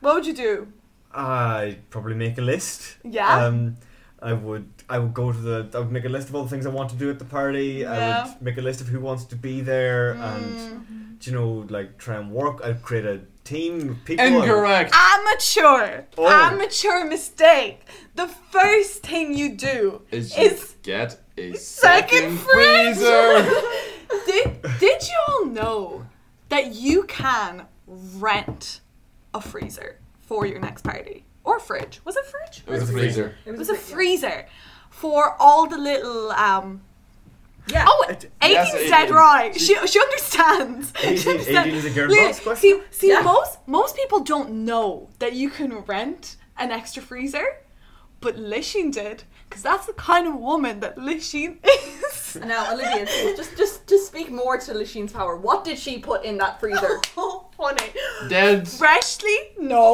[SPEAKER 7] What would you do?
[SPEAKER 1] I'd probably make a list.
[SPEAKER 7] Yeah.
[SPEAKER 1] Um, I would. I would go to the. I would make a list of all the things I want to do at the party. I
[SPEAKER 7] Yeah. Mm.
[SPEAKER 1] would make a list of who wants to be there, and do you know, like try and work. I'd create a team of people.
[SPEAKER 4] Incorrect.
[SPEAKER 7] amateur,
[SPEAKER 1] Oh.
[SPEAKER 7] amateur mistake. The first thing you do
[SPEAKER 4] Is you
[SPEAKER 7] is
[SPEAKER 4] get a
[SPEAKER 7] second
[SPEAKER 4] second
[SPEAKER 7] fridge.
[SPEAKER 4] freezer.
[SPEAKER 7] did did you all know that you can rent a freezer for your next party or fridge? Was it fridge?
[SPEAKER 4] It was a freezer.
[SPEAKER 7] It was a freezer for all the little um.
[SPEAKER 6] Yeah.
[SPEAKER 7] Oh,
[SPEAKER 1] It-
[SPEAKER 4] Yes,
[SPEAKER 7] Aideen's dead
[SPEAKER 4] Aideen.
[SPEAKER 7] right. She
[SPEAKER 4] She-
[SPEAKER 7] she understands. She
[SPEAKER 1] Aideen-
[SPEAKER 7] understands.
[SPEAKER 1] Aideen is a girl
[SPEAKER 7] Look,
[SPEAKER 1] boss question.
[SPEAKER 7] See, see,
[SPEAKER 6] Yeah.
[SPEAKER 7] most most people don't know that you can rent an extra freezer, but Lishin did because that's the kind of woman that Lishin is.
[SPEAKER 6] now Olivia, just just just speak more to Lishine's power. What did she put in that freezer?
[SPEAKER 7] Oh, funny.
[SPEAKER 4] Dead.
[SPEAKER 7] Freshly, no,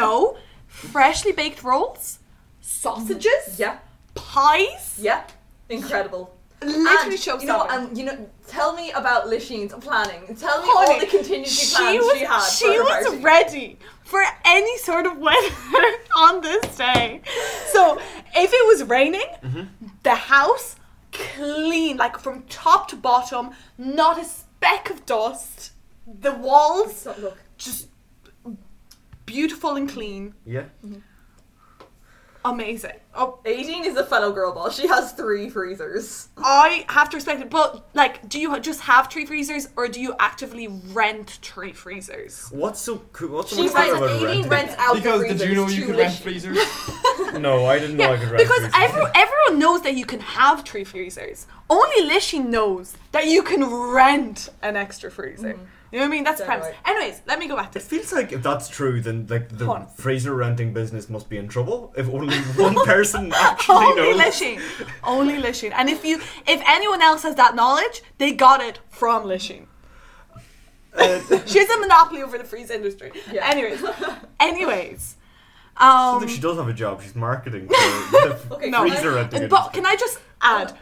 [SPEAKER 7] no, freshly baked rolls, sausages,
[SPEAKER 6] yeah,
[SPEAKER 7] pies.
[SPEAKER 6] yeah, incredible.
[SPEAKER 7] Literally,
[SPEAKER 6] and, you know,
[SPEAKER 7] showstopper.
[SPEAKER 6] what, and you know, tell me about Lishine's planning. Tell me all
[SPEAKER 7] Honey,
[SPEAKER 6] the contingency plans
[SPEAKER 7] was,
[SPEAKER 6] she had.
[SPEAKER 7] she
[SPEAKER 6] for her
[SPEAKER 7] was
[SPEAKER 6] party.
[SPEAKER 7] ready for any sort of weather on this day. So if it was raining, the house clean, like from top to bottom, not a speck of dust. The walls
[SPEAKER 6] So, look,
[SPEAKER 7] just beautiful and clean.
[SPEAKER 1] Yeah.
[SPEAKER 7] Amazing. Oh,
[SPEAKER 6] Aideen is a fellow girl boss. She has three freezers.
[SPEAKER 7] I have to respect it. But like, do you just have tree freezers, or do you actively rent tree freezers?
[SPEAKER 1] What's so cool? What's so
[SPEAKER 6] She
[SPEAKER 1] much better
[SPEAKER 6] rents.
[SPEAKER 1] about
[SPEAKER 6] Aideen
[SPEAKER 1] renting?
[SPEAKER 6] rents out
[SPEAKER 4] Because
[SPEAKER 6] the freezers
[SPEAKER 4] did you know you
[SPEAKER 6] to
[SPEAKER 4] could rent
[SPEAKER 6] Lishin.
[SPEAKER 4] freezers?
[SPEAKER 1] No, I didn't know I could rent.
[SPEAKER 7] because
[SPEAKER 1] freezers.
[SPEAKER 7] every, everyone knows that you can have tree freezers. Only Lishy knows that you can rent an extra freezer. You know what I mean? That's the
[SPEAKER 6] Dead
[SPEAKER 7] premise.
[SPEAKER 6] Mm-hmm. right.
[SPEAKER 7] Anyways, let me go back to
[SPEAKER 1] It feels like if that's true, then like the
[SPEAKER 7] Fun.
[SPEAKER 1] freezer renting business must be in trouble. If only one person actually
[SPEAKER 7] Only
[SPEAKER 1] knows.
[SPEAKER 7] Lishin. Only Lishin. And if you, if anyone else has that knowledge, they got it from Lishin.
[SPEAKER 1] Uh,
[SPEAKER 7] She has a monopoly over the freeze industry.
[SPEAKER 6] Yeah.
[SPEAKER 7] Anyways, anyways, um,
[SPEAKER 1] Look, she does have a job. She's marketing for the
[SPEAKER 6] Okay,
[SPEAKER 7] No.
[SPEAKER 1] freezer
[SPEAKER 6] can I-
[SPEAKER 1] renting.
[SPEAKER 7] But can I just add,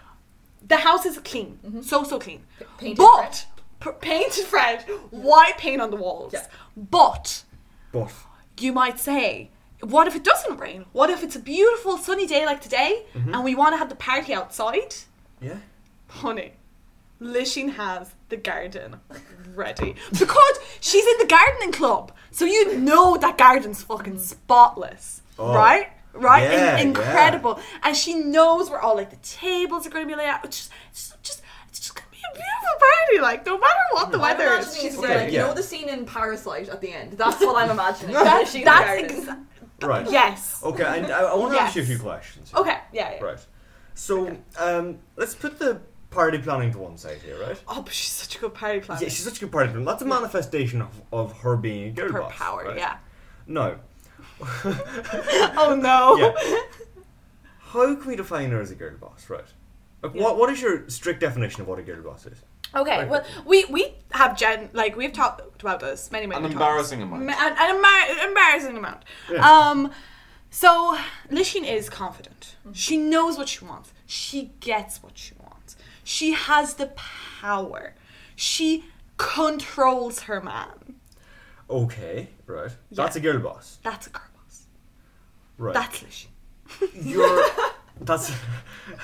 [SPEAKER 7] the house is clean, so so clean,
[SPEAKER 6] painted
[SPEAKER 7] but p- painted fresh. Why paint on the walls?
[SPEAKER 6] Yeah.
[SPEAKER 7] But
[SPEAKER 1] But
[SPEAKER 7] you might say, what if it doesn't rain? What if it's a beautiful sunny day like today, and we want to have the party outside?
[SPEAKER 1] yeah,
[SPEAKER 7] Honey, Lishin has the garden ready because she's in the gardening club, so you know that garden's fucking spotless,
[SPEAKER 1] Oh.
[SPEAKER 7] right? Right? In-
[SPEAKER 1] Yeah, yeah.
[SPEAKER 7] incredible, and she knows where all like the tables are going to be laid out. It's just, it's just, it's just going to be a beautiful party, like no matter what the
[SPEAKER 6] I'm
[SPEAKER 7] weather.
[SPEAKER 6] imagining
[SPEAKER 7] She's
[SPEAKER 6] it's like,
[SPEAKER 1] Okay,
[SPEAKER 6] You
[SPEAKER 1] yeah.
[SPEAKER 6] know the scene in Parasite at the end. That's what I'm imagining.
[SPEAKER 7] that's
[SPEAKER 6] Lishine's
[SPEAKER 7] that's
[SPEAKER 6] garden.
[SPEAKER 7] exa-
[SPEAKER 1] right.
[SPEAKER 7] yes.
[SPEAKER 1] Okay, and I, I want to ask you a few
[SPEAKER 7] Yes.
[SPEAKER 1] questions.
[SPEAKER 7] Okay, yeah, yeah.
[SPEAKER 1] Oh. Right. So, um, let's put the party planning to one side here, right?
[SPEAKER 7] Oh, but she's such a good party planner.
[SPEAKER 1] Yeah, she's such a good party planner. That's a manifestation of, of her being a girl
[SPEAKER 7] her
[SPEAKER 1] boss,
[SPEAKER 7] power,
[SPEAKER 1] right?
[SPEAKER 7] yeah.
[SPEAKER 1] No.
[SPEAKER 7] Oh no.
[SPEAKER 1] Yeah. How can we define her as a girl boss, right? Like, what what is your strict definition of what a girl boss is?
[SPEAKER 7] Okay,
[SPEAKER 1] Right.
[SPEAKER 7] well, we we have gen like we've talked about this many many
[SPEAKER 4] An
[SPEAKER 7] times.
[SPEAKER 4] embarrassing amount.
[SPEAKER 7] Ma- An, an embar- embarrassing amount.
[SPEAKER 1] Yeah.
[SPEAKER 7] Um, so Lishin is confident. She knows what she wants. She gets what she wants. She has the power. She controls her man.
[SPEAKER 1] Okay, right. That's a girl boss.
[SPEAKER 7] That's a girl boss.
[SPEAKER 1] Right.
[SPEAKER 7] That's Lish.
[SPEAKER 1] You're. That's.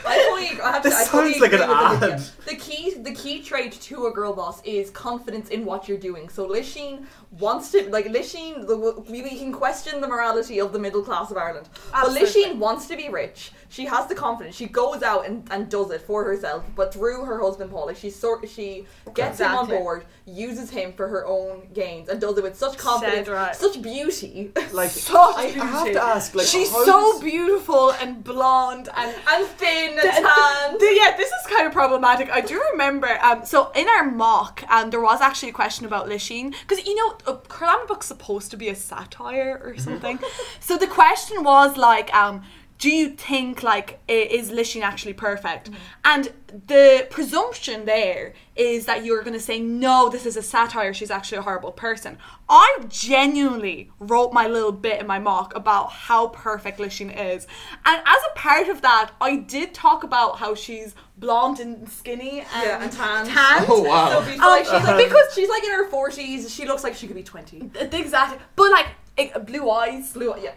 [SPEAKER 6] I totally agree. I have to,
[SPEAKER 1] This
[SPEAKER 6] I totally
[SPEAKER 1] sounds like
[SPEAKER 6] agree
[SPEAKER 1] an ad.
[SPEAKER 6] with Olivia. The key, the key trait to a girl boss is confidence in what you're doing. So Lishine wants to, like Lishine, the, we, we can question the morality of the middle class of Ireland. But
[SPEAKER 7] Absolutely.
[SPEAKER 6] Lishine wants to be rich. She has the confidence. She goes out and, and does it for herself, but through her husband Paul. Like she sort, she gets him
[SPEAKER 7] Exactly.
[SPEAKER 6] on board, uses him for her own gains, and does it with such confidence,
[SPEAKER 7] Said right.
[SPEAKER 6] such beauty.
[SPEAKER 1] Like.
[SPEAKER 7] Such
[SPEAKER 1] I have to
[SPEAKER 7] beauty.
[SPEAKER 1] ask, like,
[SPEAKER 7] she's
[SPEAKER 1] how
[SPEAKER 7] so
[SPEAKER 1] does-
[SPEAKER 7] beautiful and blonde and
[SPEAKER 6] And thin
[SPEAKER 7] Th-
[SPEAKER 6] and tan.
[SPEAKER 7] th- yeah, this is kind of problematic. I do remember. Um, so in our mock, um, there was actually a question about Lachine because you know, uh, Kurlama book's supposed to be a satire or something. so the question was like, um, do you think like i- is Lachine actually perfect? And the presumption there is that you're going to say no, this is a satire. She's actually a horrible person. I genuinely wrote my little bit in my mock about how perfect Lishine is. And as a part of that, I did talk about how she's blonde and skinny and,
[SPEAKER 6] Yeah, and tan.
[SPEAKER 7] tanned.
[SPEAKER 4] Oh wow.
[SPEAKER 6] She's
[SPEAKER 7] Um,
[SPEAKER 6] like, she's like,
[SPEAKER 7] because-
[SPEAKER 6] because she's like in her forties, she looks like she could be twenty.
[SPEAKER 7] Th- Exactly. But like eh, blue eyes.
[SPEAKER 6] Blue, yeah.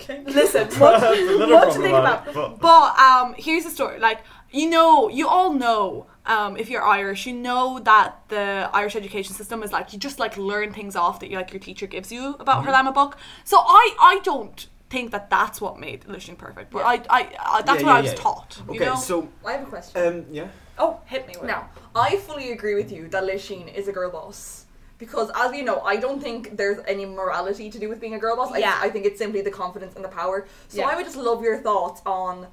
[SPEAKER 6] Okay.
[SPEAKER 7] Listen, what,
[SPEAKER 1] That's a little
[SPEAKER 7] what to think
[SPEAKER 1] problematic, but-
[SPEAKER 7] about. But, um, here's the story. Like you know, you all know. Um, if you're Irish, you know that the Irish education system is like you just like learn things off that you like your teacher gives you about
[SPEAKER 1] Mm-hmm.
[SPEAKER 7] her Lama book. So I I don't think that that's what made Lucian perfect, but I, I I that's
[SPEAKER 1] Yeah, yeah,
[SPEAKER 7] what I was
[SPEAKER 1] yeah.
[SPEAKER 7] taught. you
[SPEAKER 1] Okay,
[SPEAKER 7] know?
[SPEAKER 1] so.
[SPEAKER 6] I have a question.
[SPEAKER 1] Um, yeah.
[SPEAKER 6] oh, hit me with
[SPEAKER 5] No.
[SPEAKER 6] it. I fully agree with you that Lachine is a girl boss. Because as you know, I don't think there's any morality to do with being a girl boss. I,
[SPEAKER 7] Yeah.
[SPEAKER 6] I think it's simply the confidence and the power. So
[SPEAKER 7] Yeah.
[SPEAKER 6] I would just love your thoughts on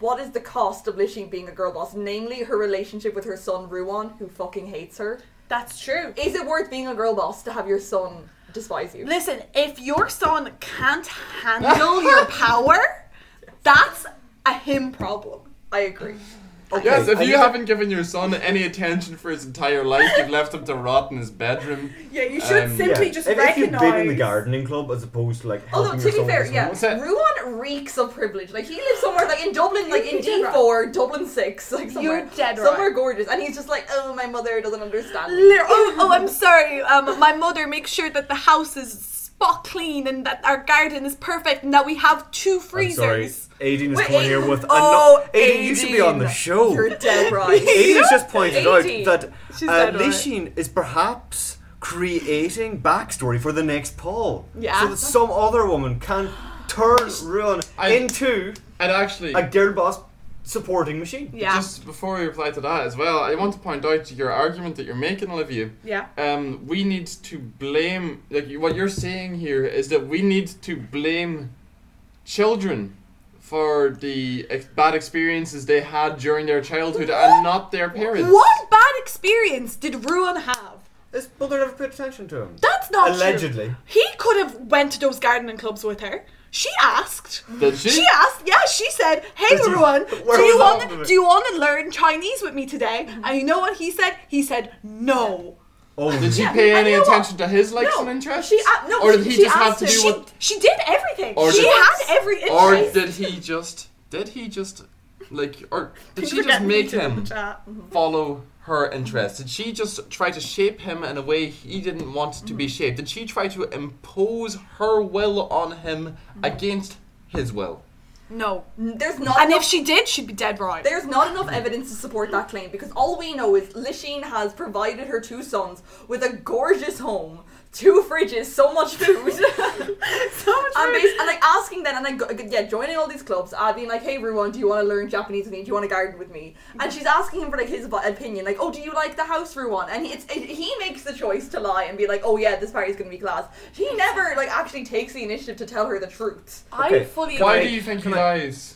[SPEAKER 6] what is the cost of Lachine being a girl boss, namely her relationship with her son Ruan, who fucking hates her.
[SPEAKER 7] that's true.
[SPEAKER 6] Is it worth being a girl boss to have your son despise you?
[SPEAKER 7] Listen, if your son can't handle your power, that's a him problem.
[SPEAKER 6] I agree.
[SPEAKER 4] Yes, if
[SPEAKER 1] I
[SPEAKER 4] you
[SPEAKER 1] need to-
[SPEAKER 4] haven't given your son any attention for his entire life, you've left him to rot in his bedroom.
[SPEAKER 2] Yeah, you should
[SPEAKER 4] Um,
[SPEAKER 2] simply
[SPEAKER 1] yeah.
[SPEAKER 2] just
[SPEAKER 1] if, if
[SPEAKER 2] recognize.
[SPEAKER 1] you've been in the gardening club as opposed to like.
[SPEAKER 6] Although
[SPEAKER 1] helping
[SPEAKER 6] to
[SPEAKER 1] your
[SPEAKER 6] be
[SPEAKER 1] son
[SPEAKER 6] fair,
[SPEAKER 1] with
[SPEAKER 6] yeah,
[SPEAKER 1] someone-
[SPEAKER 4] What's that?
[SPEAKER 6] Ruan reeks of privilege. Like he lives somewhere like in Dublin, like in
[SPEAKER 2] You're dead
[SPEAKER 6] D
[SPEAKER 2] right.
[SPEAKER 6] four, Dublin six, like somewhere,
[SPEAKER 7] You're dead right.
[SPEAKER 6] somewhere gorgeous, and he's just like, oh, my mother doesn't understand. me."
[SPEAKER 7] Lir- oh, oh, I'm sorry. Um, my mother makes sure that the house is spot clean and that our garden is perfect and that we have two
[SPEAKER 1] I'm sorry.
[SPEAKER 7] freezers.
[SPEAKER 1] Aiden is
[SPEAKER 6] Wait,
[SPEAKER 1] coming here
[SPEAKER 6] Aiden-
[SPEAKER 1] with.
[SPEAKER 7] Oh,
[SPEAKER 1] ano- Aiden, you should be on the
[SPEAKER 6] Aiden.
[SPEAKER 1] show.
[SPEAKER 6] You're dead right.
[SPEAKER 1] Aiden has just pointed
[SPEAKER 6] Aiden.
[SPEAKER 1] out that
[SPEAKER 7] She's
[SPEAKER 1] uh,
[SPEAKER 7] dead right.
[SPEAKER 1] Lishin is perhaps creating backstory for the next Paul.
[SPEAKER 7] Yeah.
[SPEAKER 1] So that some other woman can turn Ruin
[SPEAKER 4] I-
[SPEAKER 1] into
[SPEAKER 4] And actually,
[SPEAKER 1] a girl boss supporting machine.
[SPEAKER 7] Yeah.
[SPEAKER 4] just before we reply to that as well, I want to point out your argument that you're making, Olivia.
[SPEAKER 7] yeah.
[SPEAKER 4] Um, we need to blame. Like you- what you're saying here is that we need to blame children for the ex- bad experiences they had during their childhood and not their parents.
[SPEAKER 7] What bad experience did Ruan have?
[SPEAKER 1] This mother never paid attention to him.
[SPEAKER 7] That's not true.
[SPEAKER 1] Allegedly.
[SPEAKER 7] He could have went to those gardening clubs with her. She asked.
[SPEAKER 4] Did she?
[SPEAKER 7] She asked, yeah, she said, Hey
[SPEAKER 1] Did you-
[SPEAKER 7] Ruan,
[SPEAKER 1] where
[SPEAKER 7] do
[SPEAKER 1] was
[SPEAKER 7] you
[SPEAKER 1] that
[SPEAKER 7] wanna
[SPEAKER 1] woman?
[SPEAKER 7] do you wanna learn Chinese with me today? And you know what he said? He said no.
[SPEAKER 1] Oh,
[SPEAKER 4] Did she
[SPEAKER 1] yeah.
[SPEAKER 4] pay
[SPEAKER 6] and
[SPEAKER 4] any
[SPEAKER 6] you know what?
[SPEAKER 4] attention to his likes
[SPEAKER 6] No,
[SPEAKER 4] and interests?
[SPEAKER 6] she a- no,
[SPEAKER 4] or did he
[SPEAKER 6] she
[SPEAKER 4] just have
[SPEAKER 6] asked
[SPEAKER 4] to
[SPEAKER 6] him.
[SPEAKER 4] do
[SPEAKER 7] uh, She
[SPEAKER 4] what?
[SPEAKER 7] she did everything.
[SPEAKER 4] Or
[SPEAKER 7] she
[SPEAKER 4] did-
[SPEAKER 7] had every
[SPEAKER 4] Or
[SPEAKER 7] interest.
[SPEAKER 4] did he just? Did he just like? Or did she
[SPEAKER 7] Look
[SPEAKER 4] just
[SPEAKER 7] at
[SPEAKER 4] make
[SPEAKER 7] me in
[SPEAKER 4] him
[SPEAKER 7] the chat.
[SPEAKER 4] follow her interests? Did she just try to shape him in a way he didn't want to
[SPEAKER 1] Mm-hmm.
[SPEAKER 4] be shaped? Did she try to impose her will on him
[SPEAKER 1] Mm-hmm.
[SPEAKER 4] against his will?
[SPEAKER 7] No.
[SPEAKER 6] There's not.
[SPEAKER 7] And
[SPEAKER 6] enough-
[SPEAKER 7] if she did, she'd be dead right.
[SPEAKER 6] There's not enough evidence to support that claim because all we know is Lishine has provided her two sons with a gorgeous home, two fridges, so much food. so
[SPEAKER 7] much
[SPEAKER 6] and
[SPEAKER 7] food.
[SPEAKER 6] bas- and like asking then, and like, go- yeah, joining all these clubs, uh, being like, hey, everyone, do you want to learn Japanese with me? Do you want to garden with me? And she's asking him for like his vo- opinion, like, oh, do you like the house, Ruan? And he, it's, it, he makes the choice to lie and be like, oh, yeah, this party's going to be class. He never like actually takes the initiative to tell her the truth.
[SPEAKER 1] Okay.
[SPEAKER 7] I fully
[SPEAKER 4] Why
[SPEAKER 1] I-
[SPEAKER 4] do you think he
[SPEAKER 1] can
[SPEAKER 4] lies?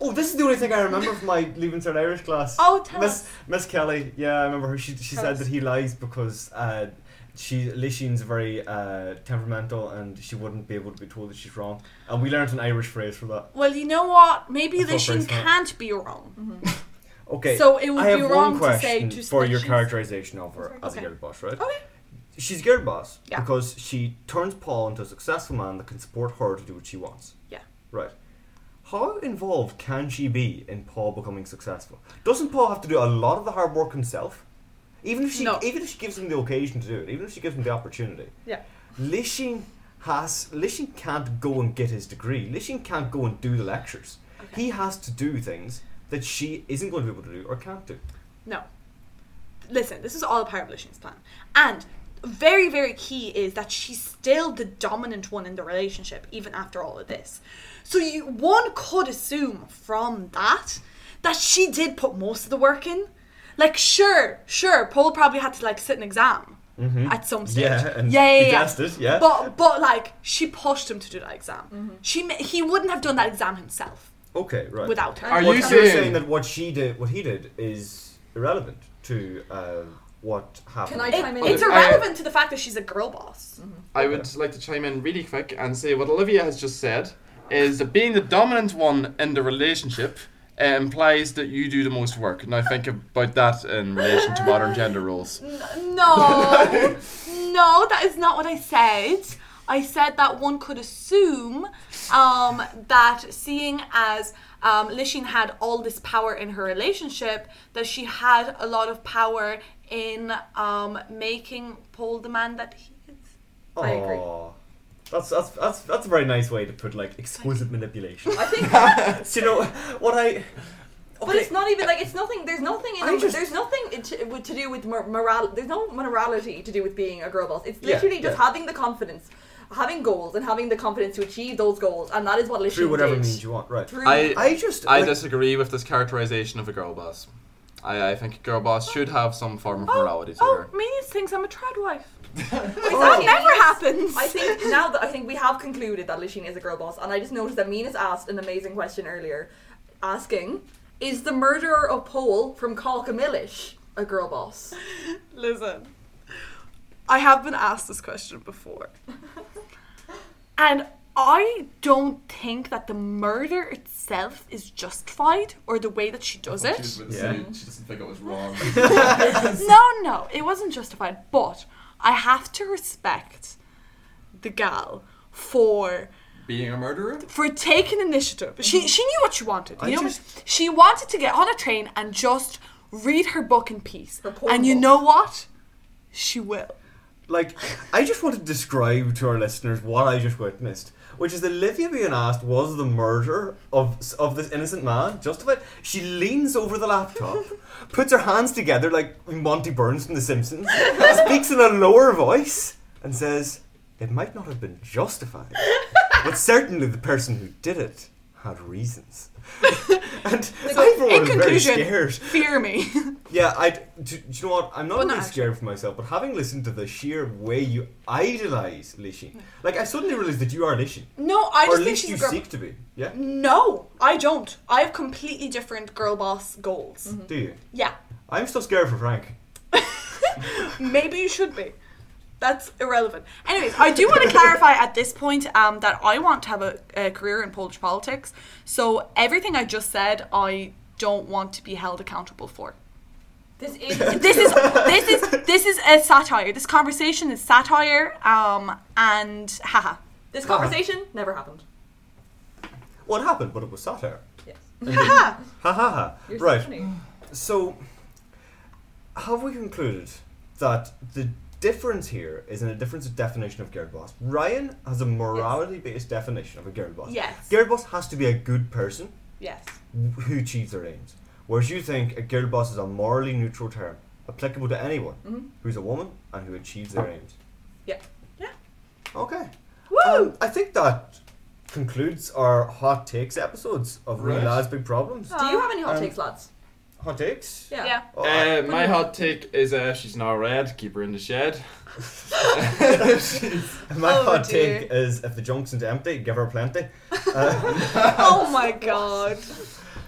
[SPEAKER 1] oh, this is the only thing I remember from my Leaving Cert Irish class.
[SPEAKER 7] Oh, tell
[SPEAKER 1] Miss
[SPEAKER 7] us.
[SPEAKER 1] Miss Kelly, yeah, I remember her. She she
[SPEAKER 7] Tell
[SPEAKER 1] said
[SPEAKER 7] us.
[SPEAKER 1] that he lies because uh, she Lishin's very uh, temperamental and she wouldn't be able to be told that she's wrong. And we learned an Irish phrase for that.
[SPEAKER 7] Well, you know what? Maybe
[SPEAKER 1] That's what
[SPEAKER 7] Lishin
[SPEAKER 1] brings me up.
[SPEAKER 7] can't be wrong.
[SPEAKER 1] Okay.
[SPEAKER 7] So it would
[SPEAKER 1] I have
[SPEAKER 7] be
[SPEAKER 1] one
[SPEAKER 7] wrong to say
[SPEAKER 1] question
[SPEAKER 7] to
[SPEAKER 1] for your
[SPEAKER 7] Lishin's-
[SPEAKER 1] characterization of her as a
[SPEAKER 7] Okay.
[SPEAKER 1] girl boss, right?
[SPEAKER 7] Okay.
[SPEAKER 1] She's girl boss
[SPEAKER 7] Yeah.
[SPEAKER 1] because she turns Paul into a successful man that can support her to do what she wants.
[SPEAKER 7] Yeah.
[SPEAKER 1] Right. How involved can she be in Paul becoming successful? Doesn't Paul have to do a lot of the hard work himself? Even if she
[SPEAKER 6] No.
[SPEAKER 1] even if she gives him the occasion to do it, even if she gives him the opportunity.
[SPEAKER 6] Yeah.
[SPEAKER 1] Lishin has Lishin can't go and get his degree. Lishin can't go and do the lectures. He has to do things that she isn't going to be able to do or can't do.
[SPEAKER 7] No. Listen, this is all part of Lishin's plan. And very, very key is that she's still the dominant one in the relationship, even after all of this. So you one could assume from that that she did put most of the work in. Like sure, sure, Paul probably had to like sit an exam at some stage.
[SPEAKER 1] Mm-hmm. Yeah, and
[SPEAKER 7] yeah, yeah,
[SPEAKER 1] he
[SPEAKER 7] yeah.
[SPEAKER 1] passed it, yeah.
[SPEAKER 7] But but like she pushed him to do that exam.
[SPEAKER 4] Mm-hmm.
[SPEAKER 7] She ma- he wouldn't have done that exam himself
[SPEAKER 1] Okay, right.
[SPEAKER 7] without her.
[SPEAKER 4] Are
[SPEAKER 1] what
[SPEAKER 4] you
[SPEAKER 1] you're
[SPEAKER 4] saying,
[SPEAKER 1] saying, that what she did, what he did, is irrelevant to uh, what happened?
[SPEAKER 6] Can I
[SPEAKER 7] It-
[SPEAKER 6] chime in?
[SPEAKER 7] it's
[SPEAKER 4] Okay,
[SPEAKER 7] irrelevant to the fact that she's a girl boss.
[SPEAKER 4] I would like to chime in really quick and say what Olivia has just said is that being the dominant one in the relationship uh, implies that you do the most work. Now think about that in relation to modern gender roles.
[SPEAKER 1] Mm.
[SPEAKER 7] No, no, that is not what I said. I said that one could assume um, that seeing as um, Lishin had all this power in her relationship, that she had a lot of power in um, making Paul the man that he is.
[SPEAKER 6] I agree.
[SPEAKER 1] Aw. That's, that's that's that's a very nice way to put like exquisite manipulation.
[SPEAKER 6] I think,
[SPEAKER 1] Do you know what I?
[SPEAKER 6] but it's not even like it's nothing. There's nothing in
[SPEAKER 1] I
[SPEAKER 6] it.
[SPEAKER 1] just-
[SPEAKER 6] There's nothing it to, with- to do with mor- moral. There's no morality to do with being a girl boss. It's
[SPEAKER 1] Yeah,
[SPEAKER 6] literally just
[SPEAKER 1] yeah.
[SPEAKER 6] having the confidence, having goals, and having the confidence to achieve those goals, and that is what Lishin
[SPEAKER 1] through whatever
[SPEAKER 6] did.
[SPEAKER 1] means you want, right?
[SPEAKER 6] Through
[SPEAKER 4] I
[SPEAKER 1] I just
[SPEAKER 4] I
[SPEAKER 1] like,
[SPEAKER 4] disagree with this characterization of a girl boss. I, I think a girl boss should have some form of morality to
[SPEAKER 7] Oh,
[SPEAKER 4] her.
[SPEAKER 7] Minions thinks I'm a trad wife. Oh.
[SPEAKER 6] Exactly.
[SPEAKER 7] That never happens.
[SPEAKER 6] Oh. I think now that I think we have concluded that Lasheen is a girl boss, and I just noticed that Mina's asked an amazing question earlier, asking, "Is the murderer of Paul from Calcamillish a girl boss?"
[SPEAKER 7] Listen, I have been asked this question before. and I don't think that the murder itself is justified or the way that she does it.
[SPEAKER 1] Yeah. say
[SPEAKER 4] She doesn't think it was wrong.
[SPEAKER 7] No, no, it wasn't justified. But I have to respect the gal for
[SPEAKER 4] Being a murderer?
[SPEAKER 7] for taking initiative. She she knew what she wanted. You
[SPEAKER 1] I
[SPEAKER 7] know,
[SPEAKER 1] just-
[SPEAKER 7] she wanted to get on a train and just read her book in peace.
[SPEAKER 6] Her poem
[SPEAKER 7] And you
[SPEAKER 6] book.
[SPEAKER 7] know what? She will.
[SPEAKER 1] like I just want to describe to our listeners what I just witnessed, which is Olivia being asked was the murder of of this innocent man justified. She leans over the laptop, puts her hands together like Monty Burns from The Simpsons, speaks in a lower voice, and says, "It might not have been justified, but certainly the person who did it had reasons." and I, for one,
[SPEAKER 7] in
[SPEAKER 1] was very
[SPEAKER 7] conclusion,
[SPEAKER 1] scared.
[SPEAKER 7] fear me.
[SPEAKER 1] Yeah, I. Do, do you know what? I'm not
[SPEAKER 7] Well, no,
[SPEAKER 1] really scared for myself, but having listened to the sheer way you idolize Lishin, like I suddenly realized that you are Lishin,
[SPEAKER 7] no, I
[SPEAKER 1] or
[SPEAKER 7] just
[SPEAKER 1] at
[SPEAKER 7] think
[SPEAKER 1] least
[SPEAKER 7] she's
[SPEAKER 1] you
[SPEAKER 7] a girl.
[SPEAKER 1] seek to be. Yeah,
[SPEAKER 7] No, I don't. I have completely different girl boss goals.
[SPEAKER 1] do you?
[SPEAKER 7] Yeah,
[SPEAKER 1] I'm still scared for Frank.
[SPEAKER 7] maybe you should be. That's irrelevant. Anyways, I do want to clarify at this point um, that I want to have a, a career in Polish politics. So everything I just said, I don't want to be held accountable for.
[SPEAKER 6] This is
[SPEAKER 7] This is this is this is a satire. This conversation is satire. Um, and haha.
[SPEAKER 6] this conversation never happened.
[SPEAKER 1] What happened? But it was satire.
[SPEAKER 6] Yes.
[SPEAKER 1] ha ha ha!
[SPEAKER 6] You're so
[SPEAKER 1] Right.
[SPEAKER 6] funny.
[SPEAKER 1] So, have we concluded that the difference here is in a difference of definition of Gerd Boss? Ryan has a morality-based definition of a Gerd Boss.
[SPEAKER 7] Yes.
[SPEAKER 1] Gerd Boss has to be a good person.
[SPEAKER 7] Yes.
[SPEAKER 1] who achieves their aims. Whereas you think a girl boss is a morally neutral term applicable to anyone who's a woman and who achieves their aims.
[SPEAKER 6] Yeah.
[SPEAKER 7] Mm-hmm. Yeah.
[SPEAKER 1] Okay. Um, I think that concludes our hot takes episodes of
[SPEAKER 4] Right.
[SPEAKER 1] Real Lads Big Problems.
[SPEAKER 6] Do you have any hot
[SPEAKER 1] Um,
[SPEAKER 6] takes, lads?
[SPEAKER 1] Hot takes?
[SPEAKER 6] Yeah.
[SPEAKER 7] Yeah.
[SPEAKER 1] Oh, I-
[SPEAKER 4] Uh, my hot take is uh, she's not red, keep her in the shed.
[SPEAKER 1] my
[SPEAKER 7] Oh,
[SPEAKER 1] hot
[SPEAKER 7] dear.
[SPEAKER 1] take is if the junction's empty, give her plenty. Uh,
[SPEAKER 7] Oh my god.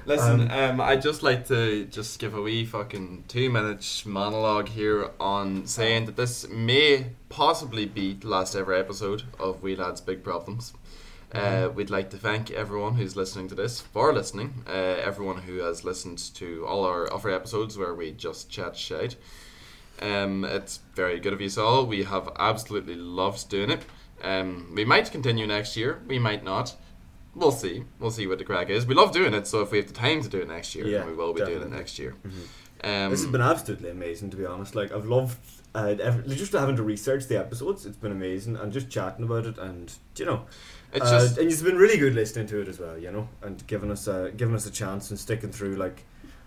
[SPEAKER 4] Listen, um, I'd just like to just give a wee fucking two minute monologue here on saying that this may possibly be the last ever episode of We Lads Big Problems. Uh, we'd like to thank everyone who's listening to this for listening. Uh, everyone who has listened to all our other episodes where we just chat shit. Um, it's very good of you all. We have absolutely loved doing it. Um, we might continue next year. We might not. We'll see. We'll see what the crack is. We love doing it, so if we have the time to do it next year,
[SPEAKER 1] Yeah,
[SPEAKER 4] then we will be doing it
[SPEAKER 1] definitely. Mm-hmm.
[SPEAKER 4] next year. Um,
[SPEAKER 1] This has been absolutely amazing, to be honest. Like I've loved uh, every, just having to research the episodes. It's been amazing, and just chatting about it, and you know,
[SPEAKER 4] it's
[SPEAKER 1] uh,
[SPEAKER 4] just
[SPEAKER 1] and it's been really good listening to it as well. You know, and giving us a giving us a chance and sticking through like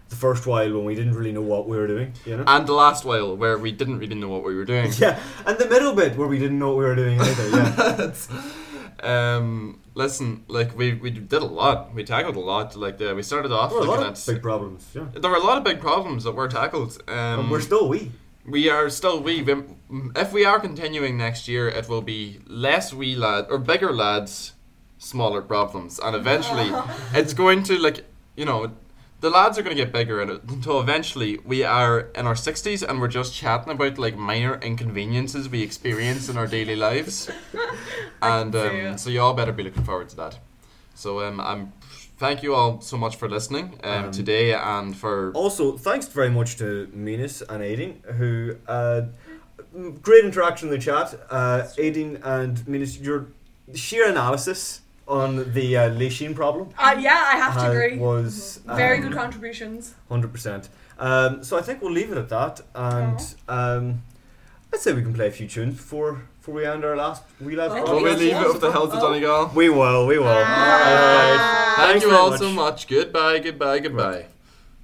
[SPEAKER 1] the first while when we didn't really know what we were doing. You know.
[SPEAKER 4] and the last while where we didn't really know what we were doing.
[SPEAKER 1] yeah, and the middle bit where we didn't know what we were doing either. Yeah,
[SPEAKER 4] um, listen, like we we did a lot. We tackled a lot. Like uh, we started off
[SPEAKER 1] there were a
[SPEAKER 4] looking
[SPEAKER 1] lot
[SPEAKER 4] at.
[SPEAKER 1] of big problems. Yeah,
[SPEAKER 4] there were a lot of big problems that were tackled. Um,
[SPEAKER 1] and we're still we.
[SPEAKER 4] we are still wee. We- If we are continuing next year, it will be less wee lad or bigger lads, smaller problems, and eventually, it's going to like you know, the lads are going to get bigger and until eventually we are in our sixties and we're just chatting about like minor inconveniences we experience in our daily lives, and um, so you all better be looking forward to that. So um, I'm. Thank you all so much for listening um,
[SPEAKER 1] Um,
[SPEAKER 4] today and for
[SPEAKER 1] Also, thanks very much to Minas and Aideen, who uh, m- great interaction in the chat. Uh, Aideen and Minas, your sheer analysis on the uh, Leisheen problem
[SPEAKER 6] Uh, yeah, I have to
[SPEAKER 1] uh,
[SPEAKER 6] agree.
[SPEAKER 1] was um,
[SPEAKER 6] Very good contributions.
[SPEAKER 1] hundred percent. Um, so I think we'll leave it at that, and um, I'd say we can play a few tunes before before we end our last wee lads.
[SPEAKER 6] Oh,
[SPEAKER 1] project.
[SPEAKER 4] will we leave it with the health of Donegal?
[SPEAKER 1] We will. We will.
[SPEAKER 4] Thank
[SPEAKER 1] Thanks
[SPEAKER 4] you
[SPEAKER 1] very
[SPEAKER 4] all
[SPEAKER 1] much.
[SPEAKER 4] so much. Goodbye, goodbye, goodbye.